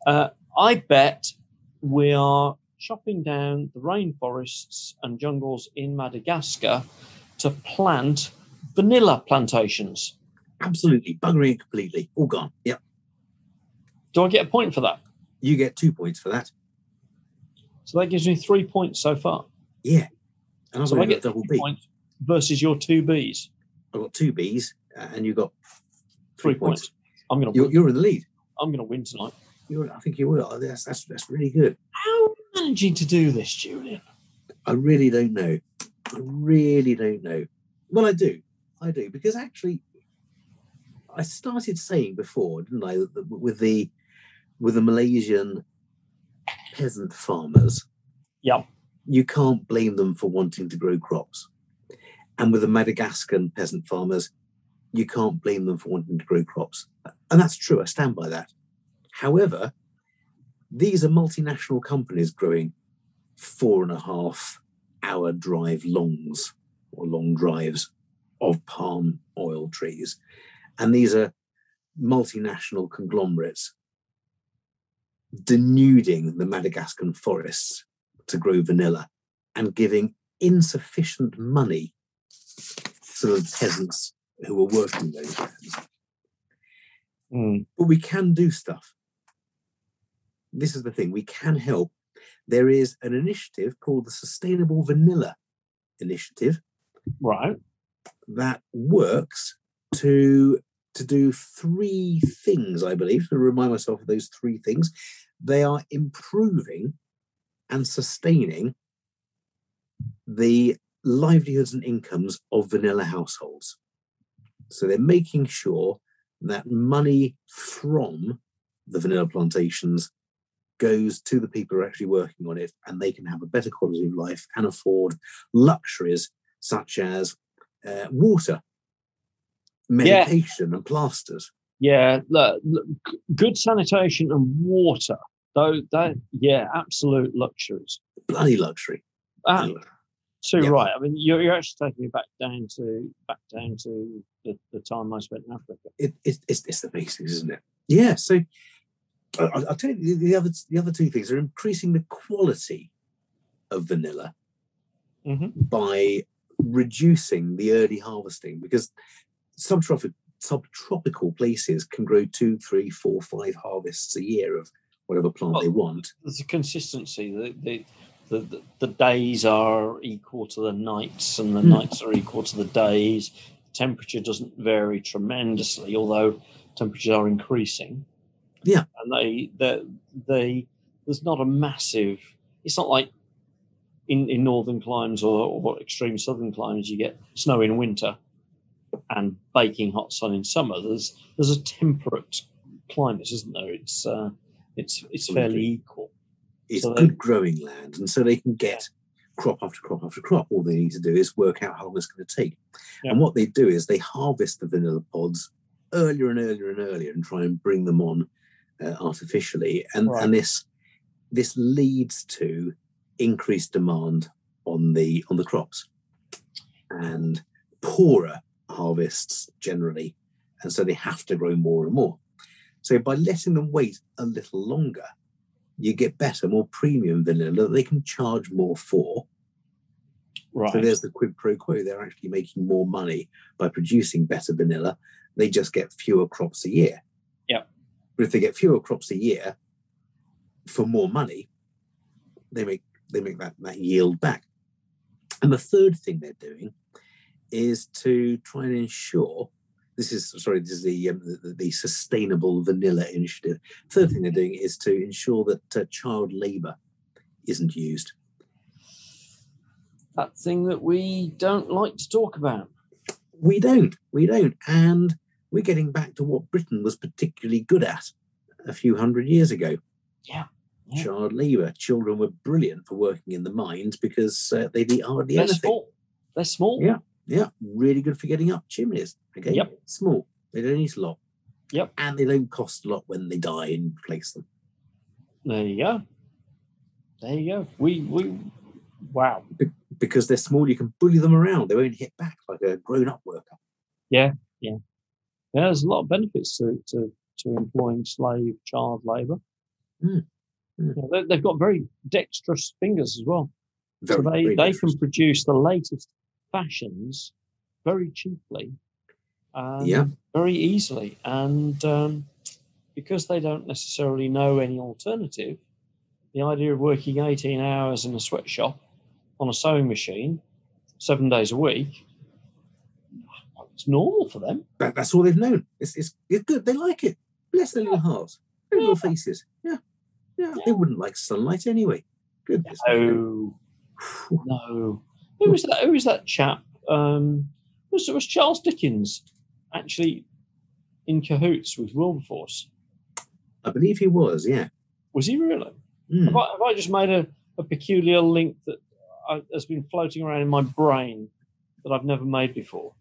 A: Uh, I bet we are chopping down the rainforests and jungles in Madagascar to plant vanilla plantations.
C: Absolutely. Buggering it completely. All gone. Yep.
A: Do I get a point for that?
C: you get two points for that.
A: So that gives me three points so far.
C: Yeah. And I've
A: So I
C: only
A: get
C: got double
A: three
C: B.
A: points versus your two Bs.
C: I've got two Bs uh, and you got
A: Three points. I'm gonna
C: You're,
A: win.
C: you're in the lead.
A: I'm gonna win tonight.
C: You're, I think you will. That's, that's, that's really good.
A: How are you managing to do this, Julian?
C: I really don't know. I really don't know. Well, I do. I do. Because actually, I started saying before, didn't I, that the- with the with the Malaysian peasant farmers,
A: Yep.
C: you can't blame them for wanting to grow crops. And with the Madagascan peasant farmers, you can't blame them for wanting to grow crops. And that's true. I stand by that. However, these are multinational companies growing four and a half hour drive longs or long drives of palm oil trees. And these are multinational conglomerates denuding the Madagascan forests to grow vanilla and giving insufficient money to the peasants who are working those lands. But we can do stuff. This is the thing we can help. There is an initiative called the Sustainable Vanilla Initiative
A: Right.
C: that works to to do three things. I believe to remind myself of those three things. They are improving and sustaining the livelihoods and incomes of vanilla households. So they're making sure that money from the vanilla plantations goes to the people who are actually working on it and they can have a better quality of life and afford luxuries such as uh, water, medication, and plasters.
A: Yeah, look, look, g- good sanitation and water. Though that, yeah, absolute luxuries.
C: Bloody luxury.
A: Ah, too
C: Yeah.
A: right. I mean, you're, you're actually taking me back down to back down to the, the time I spent in Africa.
C: it, it, it's, it's the basics, isn't it? Yeah. So I- I, I'll tell you the, the other the other two things are increasing the quality of vanilla
A: Mhm.
C: by reducing the early harvesting because subtropical subtropical places can grow two, three, four, five harvests a year of whatever plant they
A: Oh.
C: want.
A: There's a consistency. The the, the, the the days are equal to the nights, and the
C: Hmm.
A: nights are equal to the days. Temperature doesn't vary tremendously, although temperatures are increasing.
C: Yeah.
A: and they they, they there's not a massive. It's not like in, in northern climes or, or extreme southern climes, you get snow in winter. and baking hot sun in summer. There's there's a temperate climate, isn't there? It's uh, it's it's fairly equal.
C: It's
A: So they-
C: good growing land, and so they can get crop after crop after crop. All they need to do is work out how long it's going to take.
A: Yeah.
C: And what they do is they harvest the vanilla pods earlier and earlier and earlier, and try and bring them on uh, artificially. And
A: Right.
C: and this this leads to increased demand on the on the crops, and poorer harvests generally, and so they have to grow more and more. So by letting them wait a little longer, you get better, more premium vanilla that they can charge more for.
A: Right.
C: So there's the quid pro quo. They're actually making more money by producing better vanilla. They just get fewer crops a year.
A: Yep.
C: But if they get fewer crops a year for more money, they make they make that, that yield back. And the third thing they're doing is to try and ensure this is sorry this is the um, the, the sustainable vanilla initiative. Third thing they're doing is to ensure that uh, child labour isn't used.
A: that thing that we don't like to talk about.
C: We don't. We don't. And we're getting back to what Britain was particularly good at a few hundred years ago.
A: Yeah, yeah.
C: Child labour. Children were brilliant for working in the mines because uh, they'd eat hardly
A: They're
C: anything.
A: small. They're small.
C: Yeah. Yeah. Really good for getting up chimneys. Okay.
A: Yep.
C: Small. They don't eat a lot.
A: Yep.
C: And they don't cost a lot when they die and replace them.
A: There you go. There you go. We we wow.
C: Because they're small, you can bully them around. They won't hit back like a grown up worker.
A: Yeah, there's a lot of benefits to to, to employing slave child labour.
C: Mm. Mm.
A: Yeah, they, they've got very dexterous fingers as well,
C: Very,
A: so they
C: very
A: they
C: dangerous.
A: can produce the latest fashions very cheaply, um,
C: Yeah.
A: very easily, and um, because they don't necessarily know any alternative, the idea of working 18 hours in a sweatshop on a sewing machine, seven days a week, it's normal for them.
C: that, that's all they've known. It's, it's, it's good. They like it. Bless their little hearts, their little faces. Yeah. yeah, They wouldn't like sunlight anyway. Goodness. me.
A: Oh. No. Who was that? Who was that chap? Um, was it was Charles Dickens actually in cahoots with Wilberforce?
C: I believe he was. Yeah.
A: Was he really?
C: Mm.
A: Have, I, have I just made a, a peculiar link that I, has been floating around in my brain that I've never made before?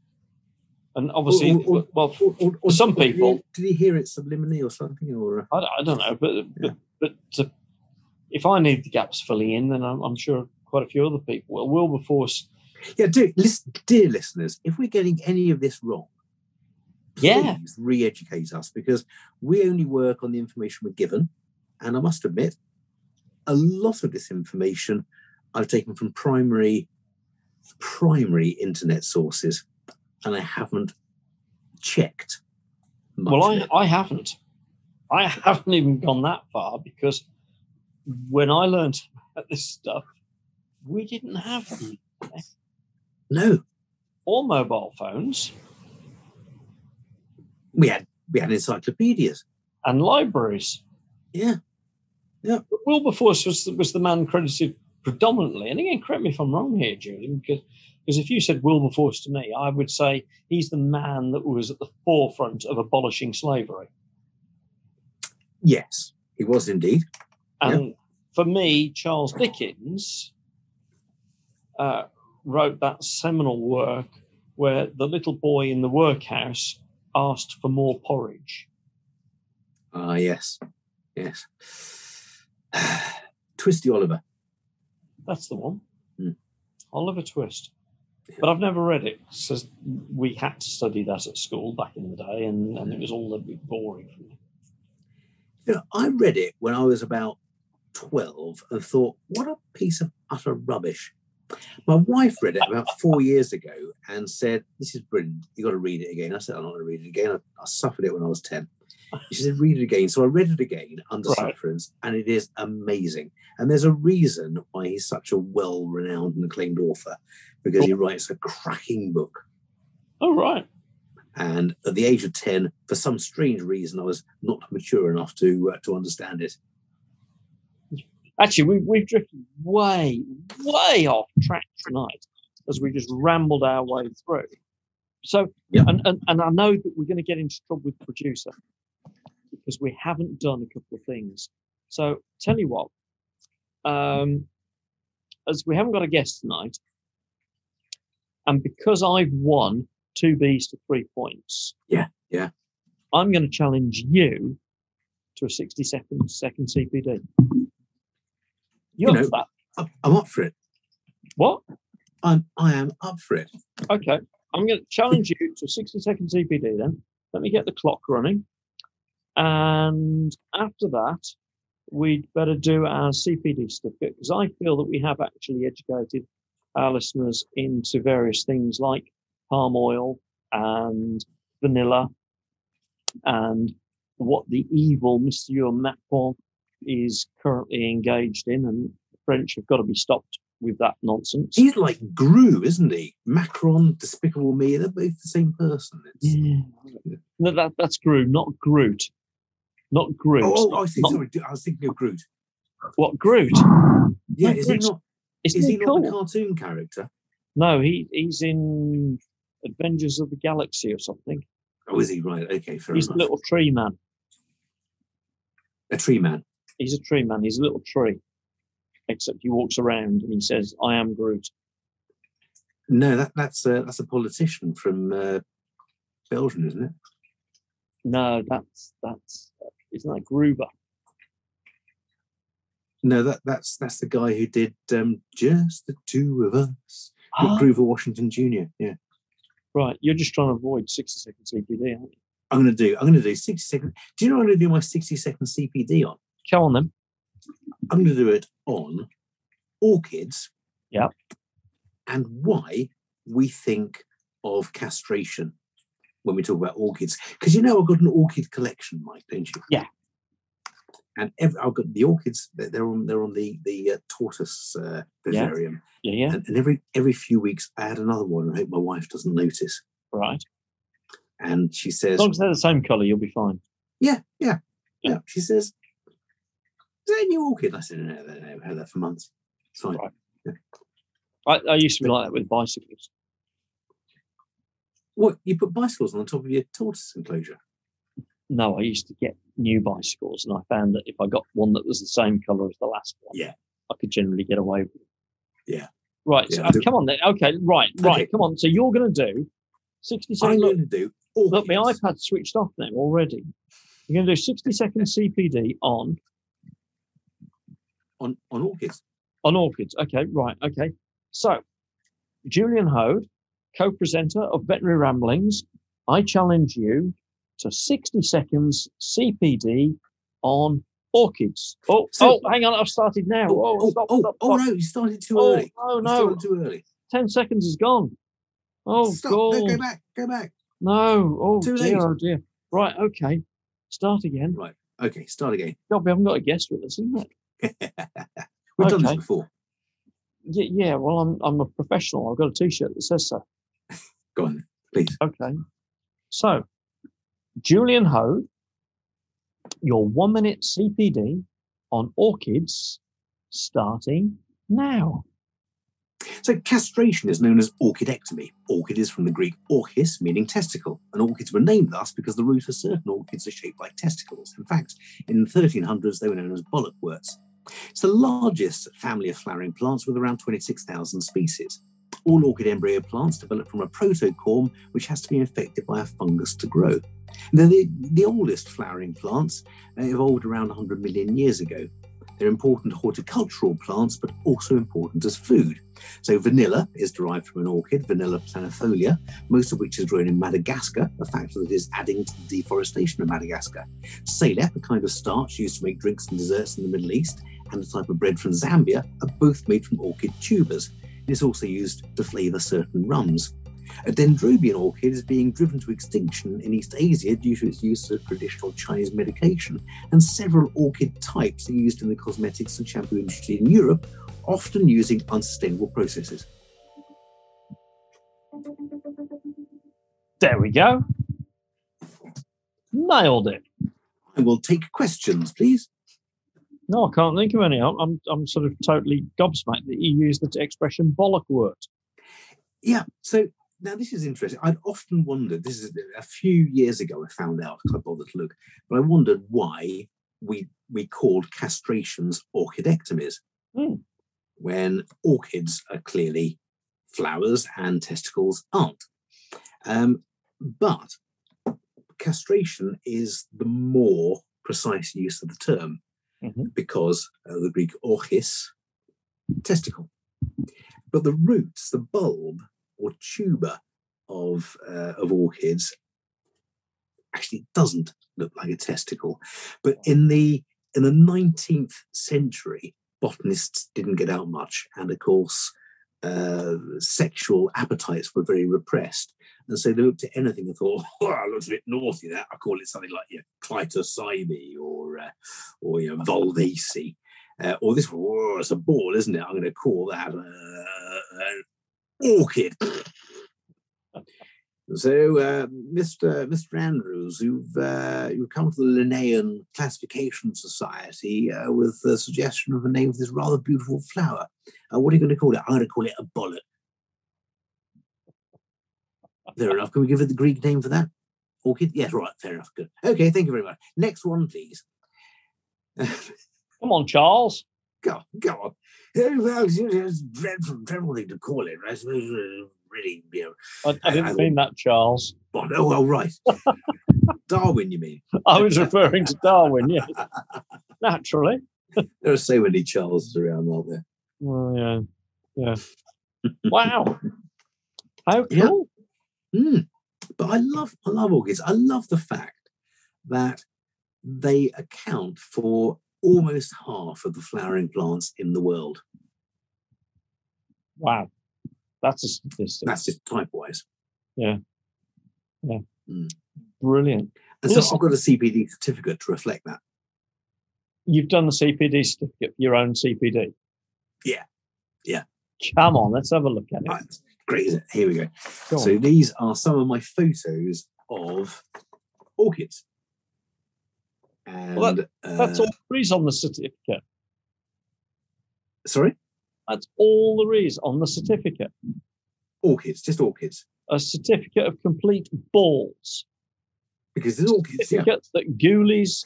A: And obviously,
C: Or- or-
A: well,
C: Or, or, or-
A: some
C: or did he-
A: people-
C: Did he hear it subliminally or something? Or uh,
A: I don't, I don't know, but but, but uh, if I need the gaps filling in, then I'm, I'm sure quite a few other people. will. Wilberforce,
C: yeah, do listen, dear listeners, if we're getting any of this wrong,
A: Yeah.
C: please re-educate us because we only work on the information we're given, and I must admit, a lot of this information I've taken from primary primary internet sources, and I haven't checked. Much
A: Well,
C: of
A: I,
C: it.
A: I haven't. I haven't even gone that far because when I learned about this stuff, we didn't have them
C: no,
A: or mobile phones
C: we had we had encyclopedias.
A: and libraries.
C: Yeah. Yeah.
A: But Wilberforce was the, was the man credited predominantly. And again, correct me if I'm wrong here, Julian, because, because if you said Wilberforce to me, I would say he's the man that was at the forefront of abolishing slavery.
C: Yes, he was indeed.
A: And for me, Charles Dickens uh, wrote that seminal work where the little boy in the workhouse asked for more porridge.
C: Ah, yes, yes. Twisty Oliver.
A: That's the one.
C: Hmm.
A: Oliver Twist. But I've never read it because we had to study that at school back in the day, and, and it was all a bit boring for me.
C: You know, I read it when I was about 12 and thought, what a piece of utter rubbish. My wife read it about four years ago and said, This is brilliant. you got to read it again. I said, I'm not going to read it again. I, I suffered it when I was 10. She said, Read it again. So I read it again under
A: Right.
C: sufferance, and it is amazing. And there's a reason why he's such a well renowned and acclaimed author because he writes a cracking book.
A: Oh, right.
C: And at the age of 10, for some strange reason, I was not mature enough to uh, to understand it.
A: Actually, we, we've drifted way, way off track tonight as we just rambled our way through. So,
C: Yeah.
A: and, and, and I know that we're going to get into trouble with the producer because we haven't done a couple of things. So, tell you what, um, as we haven't got a guest tonight, and because I've won two Bs to three points,
C: Yeah, yeah.
A: I'm going to challenge you to a 60 second, second CPD. You're
C: know-
A: that.
C: I'm I'm up for it.
A: What?
C: I'm I am up for it.
A: Okay, I'm going to challenge you to a 60 second CPD then. Let me get the clock running. And after that, we'd better do our CPD certificate because I feel that we have actually educated our listeners into various things like palm oil and vanilla and what the evil Monsieur Macron is currently engaged in. And the French have got to be stopped with that nonsense.
C: He's like Gru, isn't he? Macron, Despicable Me, they're both the same person. It's,
A: Yeah. No, that, that's Groot, not Groot. Not Groot.
C: oh, I see.
A: Not-
C: Sorry, I was thinking of Groot.
A: What, Groot?
C: Yeah,
A: No,
C: is he
A: Groot's-
C: not?
A: Isn't
C: Is
A: he,
C: he not
A: cool?
C: a cartoon character?
A: No, he, he's in Adventures of the Galaxy or something.
C: Oh, is he right? Okay, fair
A: He's a
C: enough.
A: little tree man.
C: A tree man.
A: He's a tree man. He's a little tree. Except he walks around and he says, I am Groot.
C: No, that, that's a, that's a politician from uh, Belgium, isn't it?
A: No, that's, that's, isn't that Gruber?
C: No, that that's that's the guy who did um, just the two of us
A: Ah.
C: with Grover Washington Jr. Yeah,
A: right, you're just trying to avoid 60 second CPD, aren't you?
C: I'm gonna do. I'm gonna do sixty second. Do you know what I'm gonna do my sixty second CPD on?
A: Come on then.
C: I'm gonna do it on orchids.
A: Yep.
C: And why we think of castration when we talk about orchids? Because you know I've got an orchid collection, Mike, don't you?
A: Yeah.
C: And ev I've got the orchids. They're they're on they're on the the uh, tortoise uh,
A: Yeah.
C: vivarium.
A: Yeah, yeah,
C: and, and every every few weeks I add another one. I hope my wife doesn't notice.
A: right.
C: And she
A: As
C: says,
A: long as they're the same colour, you'll be fine.
C: "Yeah, yeah,
A: Oh. Yeah.
C: yeah." She says, "Is that a new orchid?" I said, "No, no, no, I've had that for months. It's fine."
A: Right. I, I used to be like that with bicycles.
C: What you put bicycles on the top of your tortoise enclosure?
A: No, I used to get new bicycles, and I found that if I got one that was the same color as the last one,
C: Yeah.
A: I could generally get away with it.
C: Yeah.
A: Right.
C: Yeah,
A: so,
C: I
A: uh,
C: do.
A: come on then. Okay. Right. Right.
C: Okay.
A: Come on. So you're going to do 60
C: I'm
A: second. Look,
C: going to do
A: look,
C: orchids.
A: my iPad's switched off now already. You're going to do 60 second CPD on
C: on on orchids.
A: on orchids. Okay. Right. Okay. So, Julian Hode, co-presenter of Veterinary Ramblings, I challenge you to 60 seconds CPD on orchids. Oh,
C: So-
A: oh, hang on, I've started now.
C: Oh,
A: Oh,
C: oh,
A: stop,
C: oh,
A: stop,
C: oh
A: stop.
C: no! You started too
A: Oh,
C: early.
A: no,
C: You
A: no.
C: started too early.
A: 10 seconds is gone. Oh,
C: Stop!
A: God.
C: No, go back. Go back.
A: No. Oh,
C: Too
A: dear,
C: late.
A: oh, dear. Right, okay. Start again.
C: Right. Okay, start again.
A: God, we haven't got a guest with us, isn't it?
C: We've done this
A: Okay.
C: before.
A: Yeah, yeah well, I'm, I'm a professional. I've got a T-shirt that says so.
C: Go on, please.
A: Okay. So, Julian Ho, your one minute CPD on orchids starting now.
C: So castration is known as orchidectomy. Orchid is from the Greek orchis, meaning testicle, and orchids were named thus because the roots of certain orchids are shaped like testicles. In fact, in the 1300s, they were known as bollockworts. It's the largest family of flowering plants with around 26,000 species. All orchid embryo plants develop from a protocorm, which has to be infected by a fungus to grow. They're the, the oldest flowering plants uh, evolved around 100 million years ago. They're important horticultural plants, but also important as food. So vanilla is derived from an orchid, Vanilla planifolia, most of which is grown in Madagascar, a factor that is adding to the deforestation of Madagascar. Salep, a kind of starch used to make drinks and desserts in the Middle East, and a type of bread from Zambia are both made from orchid tubers. It is also used to flavour certain rums. A dendrobian orchid is being driven to extinction in East Asia due to its use as a traditional Chinese medication, and several orchid types are used in the cosmetics and shampoo industry in Europe, often using unsustainable processes.
A: There we go. Nailed it.
C: I will take questions, please.
A: No, I can't think of any. I'm, I'm, I'm sort of totally gobsmacked that you used the expression bollock word.
C: Yeah, so now this is interesting. I'd often wondered. This is a few years ago. I found out. 'cause I bothered to look, but I wondered why we we called castrations orchidectomies
A: Hmm.
C: when orchids are clearly flowers and testicles aren't. Um, but castration is the more precise use of the term
A: Mhm.
C: because uh, the Greek orchis, testicle. But the roots, the bulb or tuber of, uh, of orchids actually doesn't look like a testicle. But in the, in the 19th century, botanists didn't get out much, and of course, uh, sexual appetites were very repressed. And so they looked at anything and thought, "Oh, that looks a bit naughty." That I call it something like you know, clitocybe or uh, or you know, vulvaceae, uh, or this. Oh, it's a ball, isn't it? I'm going to call that uh, an orchid. So, uh, Mr. Mr. Andrews, you've uh, you've come to the Linnaean Classification Society uh, with the suggestion of a name for this rather beautiful flower. Uh, what are you going to call it? I'm going to call it a bollet. Fair enough. Can we give it the Greek name for that? Orchid? Yes, right. Fair enough. Good. Okay. Thank you very much. Next one, please.
A: Come on, Charles.
C: go, go on. Yeah, Well, it's it's a dreadful, dreadful thing to call it. I suppose uh, really, you know,
A: I, I
C: I-
A: didn't mean that, Charles.
C: well, no, well, right. Darwin, you mean?
A: I was referring to Darwin. Yeah, naturally.
C: There are so many Charleses around, aren't there?
A: Well, yeah, yeah. Wow. How cool.
C: Yeah. Mm. But I love, I love orchids. I love the fact that they account for almost half of the flowering plants in the world.
A: Wow. That's a statistic.
C: That's just type-wise.
A: Brilliant.
C: And so
A: Listen-
C: I've got a CPD certificate to reflect that.
A: You've done the CPD certificate, your own CPD.
C: Yeah. Yeah.
A: Come on, let's have a look at it.
C: Right. Great. isn't it? Here we go.
A: Go
C: So
A: on.
C: these are some of my photos of orchids. And
A: Well, That's
C: uh,
A: all there is on the certificate.
C: uh, sorry,
A: That's all there is on the certificate.
C: orchids, just orchids,
A: A certificate of complete balls.
C: because there's orchids. Yeah.
A: certificate that Ghoulies,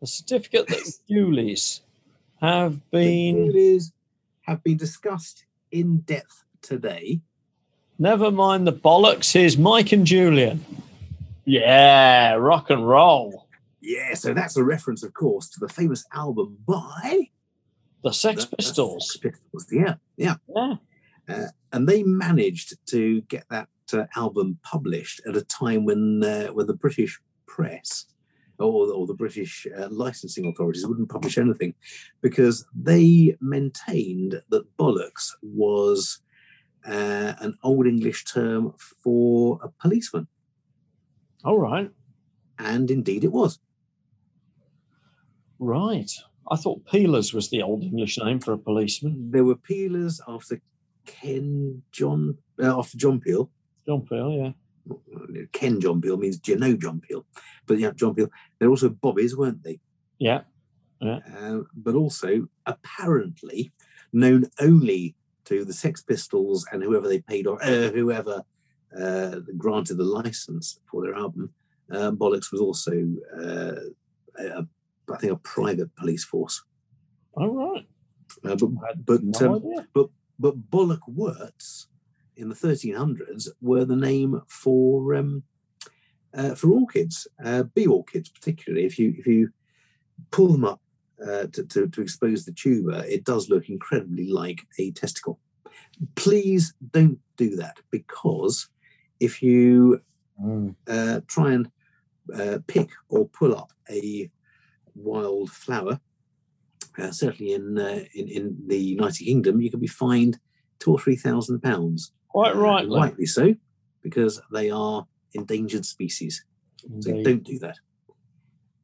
A: the certificate that Ghoulies have
C: Here it
A: been.
C: is, have been discussed in depth today.
A: Never mind the bollocks. Here's Mike and Julian. Yeah, rock and roll.
C: Yeah, so that's a reference, of course, to the famous album by
A: The Sex
C: the- the
A: Pistols.
C: Sex Pistols. Yeah, yeah, Uh,
A: Yeah.
C: and they managed to get that uh, album published at a time when uh, when the British press or, or the British uh, licensing authorities wouldn't publish anything because they maintained that bollocks was uh, an old English term for a policeman.
A: All right.
C: and indeed it was.
A: Right. I thought Peelers was the old English name for a policeman.
C: There were peelers after Ken John uh, after John Peel.
A: John Peel, yeah.
C: Ken John Peel means do you know John Peel, but yeah, John Peel. There were also bobbies, weren't they?
A: Yeah.
C: Um, but also apparently known only to the Sex Pistols and whoever they paid or uh, whoever uh, granted the license for their album. Uh, Bollocks was also, uh, a, a- I think, a private police force.
A: All right.
C: Uh, but
A: I had
C: but
A: no
C: um,
A: idea.
C: but Bollock Worts in the 1300s were the name for um, uh, for orchids, uh, bee orchids particularly. If you if you pull them up uh, to, to to expose the tuber, it does look incredibly like a testicle. Please don't do that because if you
A: Mm.
C: uh, try and uh, pick or pull up a wild flower. Uh, certainly in, uh, in in the United Kingdom, you can be fined two or three thousand pounds. Uh,
A: Quite right.
C: rightly so, because they are endangered species. So don't do that.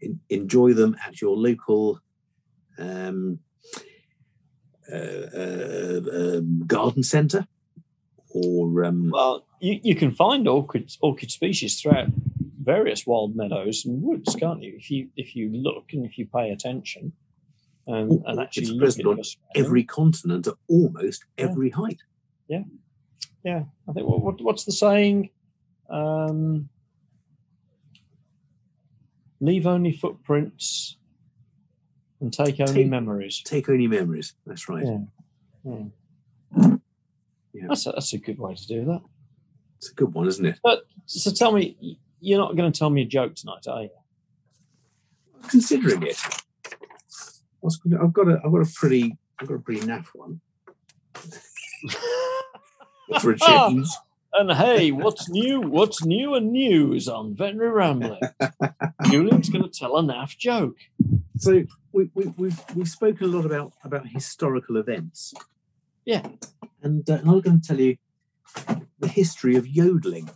C: En- enjoy them at your local um, uh, uh, um, garden centre or um,
A: Well, you, you can find orchid orchid species throughout various wild meadows and woods, can't you? If you if you look and if you pay attention, um,
C: Or-
A: and
C: or
A: actually
C: it's
A: look
C: present
A: at
C: on
A: your surroundings.
C: every continent at almost
A: Yeah.
C: every height.
A: yeah. I think what, what what's the saying? Um, leave only footprints and take only
C: Take-
A: memories.
C: Take only memories. That's right.
A: Yeah. Yeah.
C: Yeah.
A: That's a, that's a good way to do that.
C: It's a good one, isn't it?
A: So tell me, y- you're not going to tell me a joke tonight, are you?
C: Considering it, What's- I've got a I've got a pretty I've got a pretty naff one for a change.
A: and hey, what's new? What's new and news on Veterinary Rambling? Julian's going to tell a naff joke.
C: So we, we, we've we've spoken a lot about about historical events.
A: Yeah.
C: and, uh, and I'm going to tell you the history of yodeling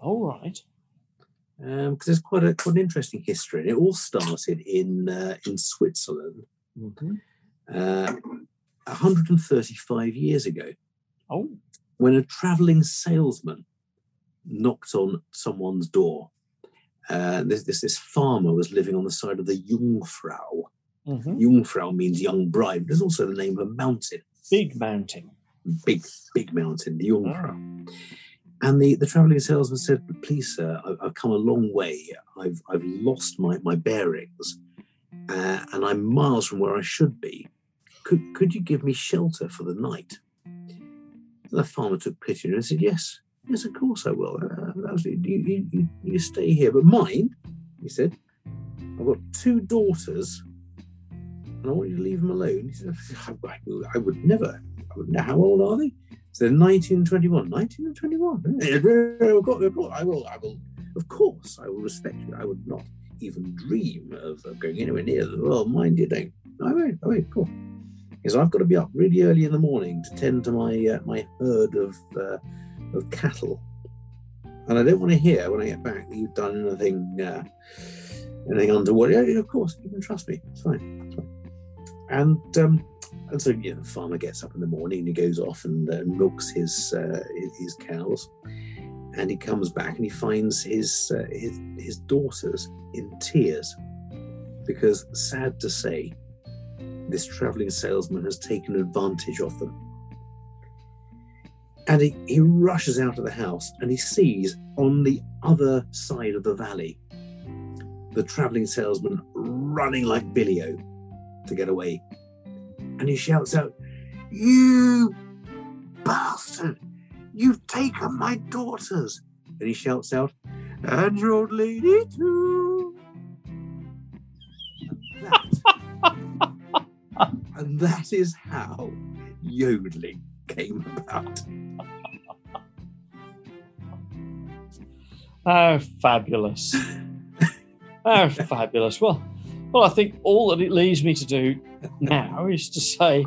A: All right.
C: because there's quite a quite an interesting history. And it all started in uh, in Switzerland
A: Mhm.
C: uh, 135 years ago
A: Oh,
C: when a traveling salesman knocked on someone's door. Uh, this, this this farmer was living on the side of the Jungfrau.
A: mhm.
C: Jungfrau means young bride, but it's also the name of a mountain.
A: big mountain.
C: big, big mountain, the Jungfrau. And the, the traveling salesman said, Please, sir, I, I've come a long way. I've, I've lost my, my bearings uh, and I'm miles from where I should be. Could, could you give me shelter for the night? The farmer took pity on him and said, Yes, yes, of course I will. Uh, absolutely. You, you, you, you stay here. But mind, he said, I've got two daughters and I want you to leave them alone. He said, I, I, I would never. I would, how old are they? So 1921, 1921. Of course, of course, I will, I will, of course, I will respect you. I would not even dream of, of going anywhere near the well, mind you, don't. I won't, I won't, cool. Because I've got to be up really early in the morning to tend to my uh, my herd of uh, of cattle, and I don't want to hear when I get back that you've done anything uh, anything underwater. Yeah, of course, you can trust me. It's fine. It's fine. And um, and so, you know, the farmer gets up in the morning and he goes off and uh, milks his, uh, his his cows, and he comes back and he finds his uh, his his daughters in tears because, sad to say, this traveling salesman has taken advantage of them. And he, he rushes out of the house and he sees on the other side of the valley the traveling salesman running like Billio to get away and he shouts out, You bastard! You've taken my daughters! And he shouts out, And your old lady too! And that, and that is how yodeling came about.
A: How Oh, fabulous. How fabulous. Well, well, I think all that it leaves me to do now is to say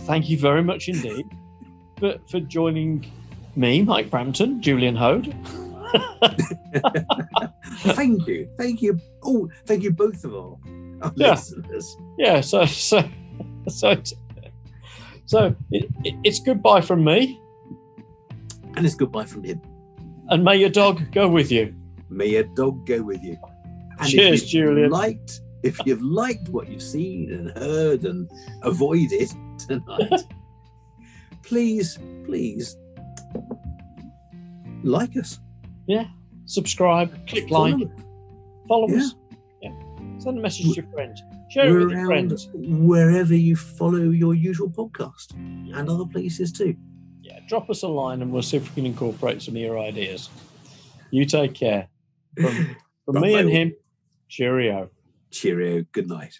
A: thank you very much indeed for, for joining me, Mike Brampton, Julian Hode.
C: Thank you. Thank you. Oh, thank you both of all. Our
A: Yeah.
C: listeners.
A: Yeah, so so so it's- so it, it, it's goodbye from me,
C: And it's goodbye from him.
A: and may your dog go with you.
C: May a dog go with you. if
A: Cheers,
C: you've
A: Julian.
C: Liked, if you've liked what you've seen and heard and avoided tonight, please, please like us.
A: Subscribe, click like, follow
C: Yeah.
A: us, yeah. send a message to your friends, share it
C: We're
A: with your
C: around
A: friends.
C: wherever you follow your usual podcast and other places too.
A: yeah, drop us a line and we'll see if we can incorporate some of your ideas. You take care. From, from me and him, cheerio.
C: Cheerio. Good night.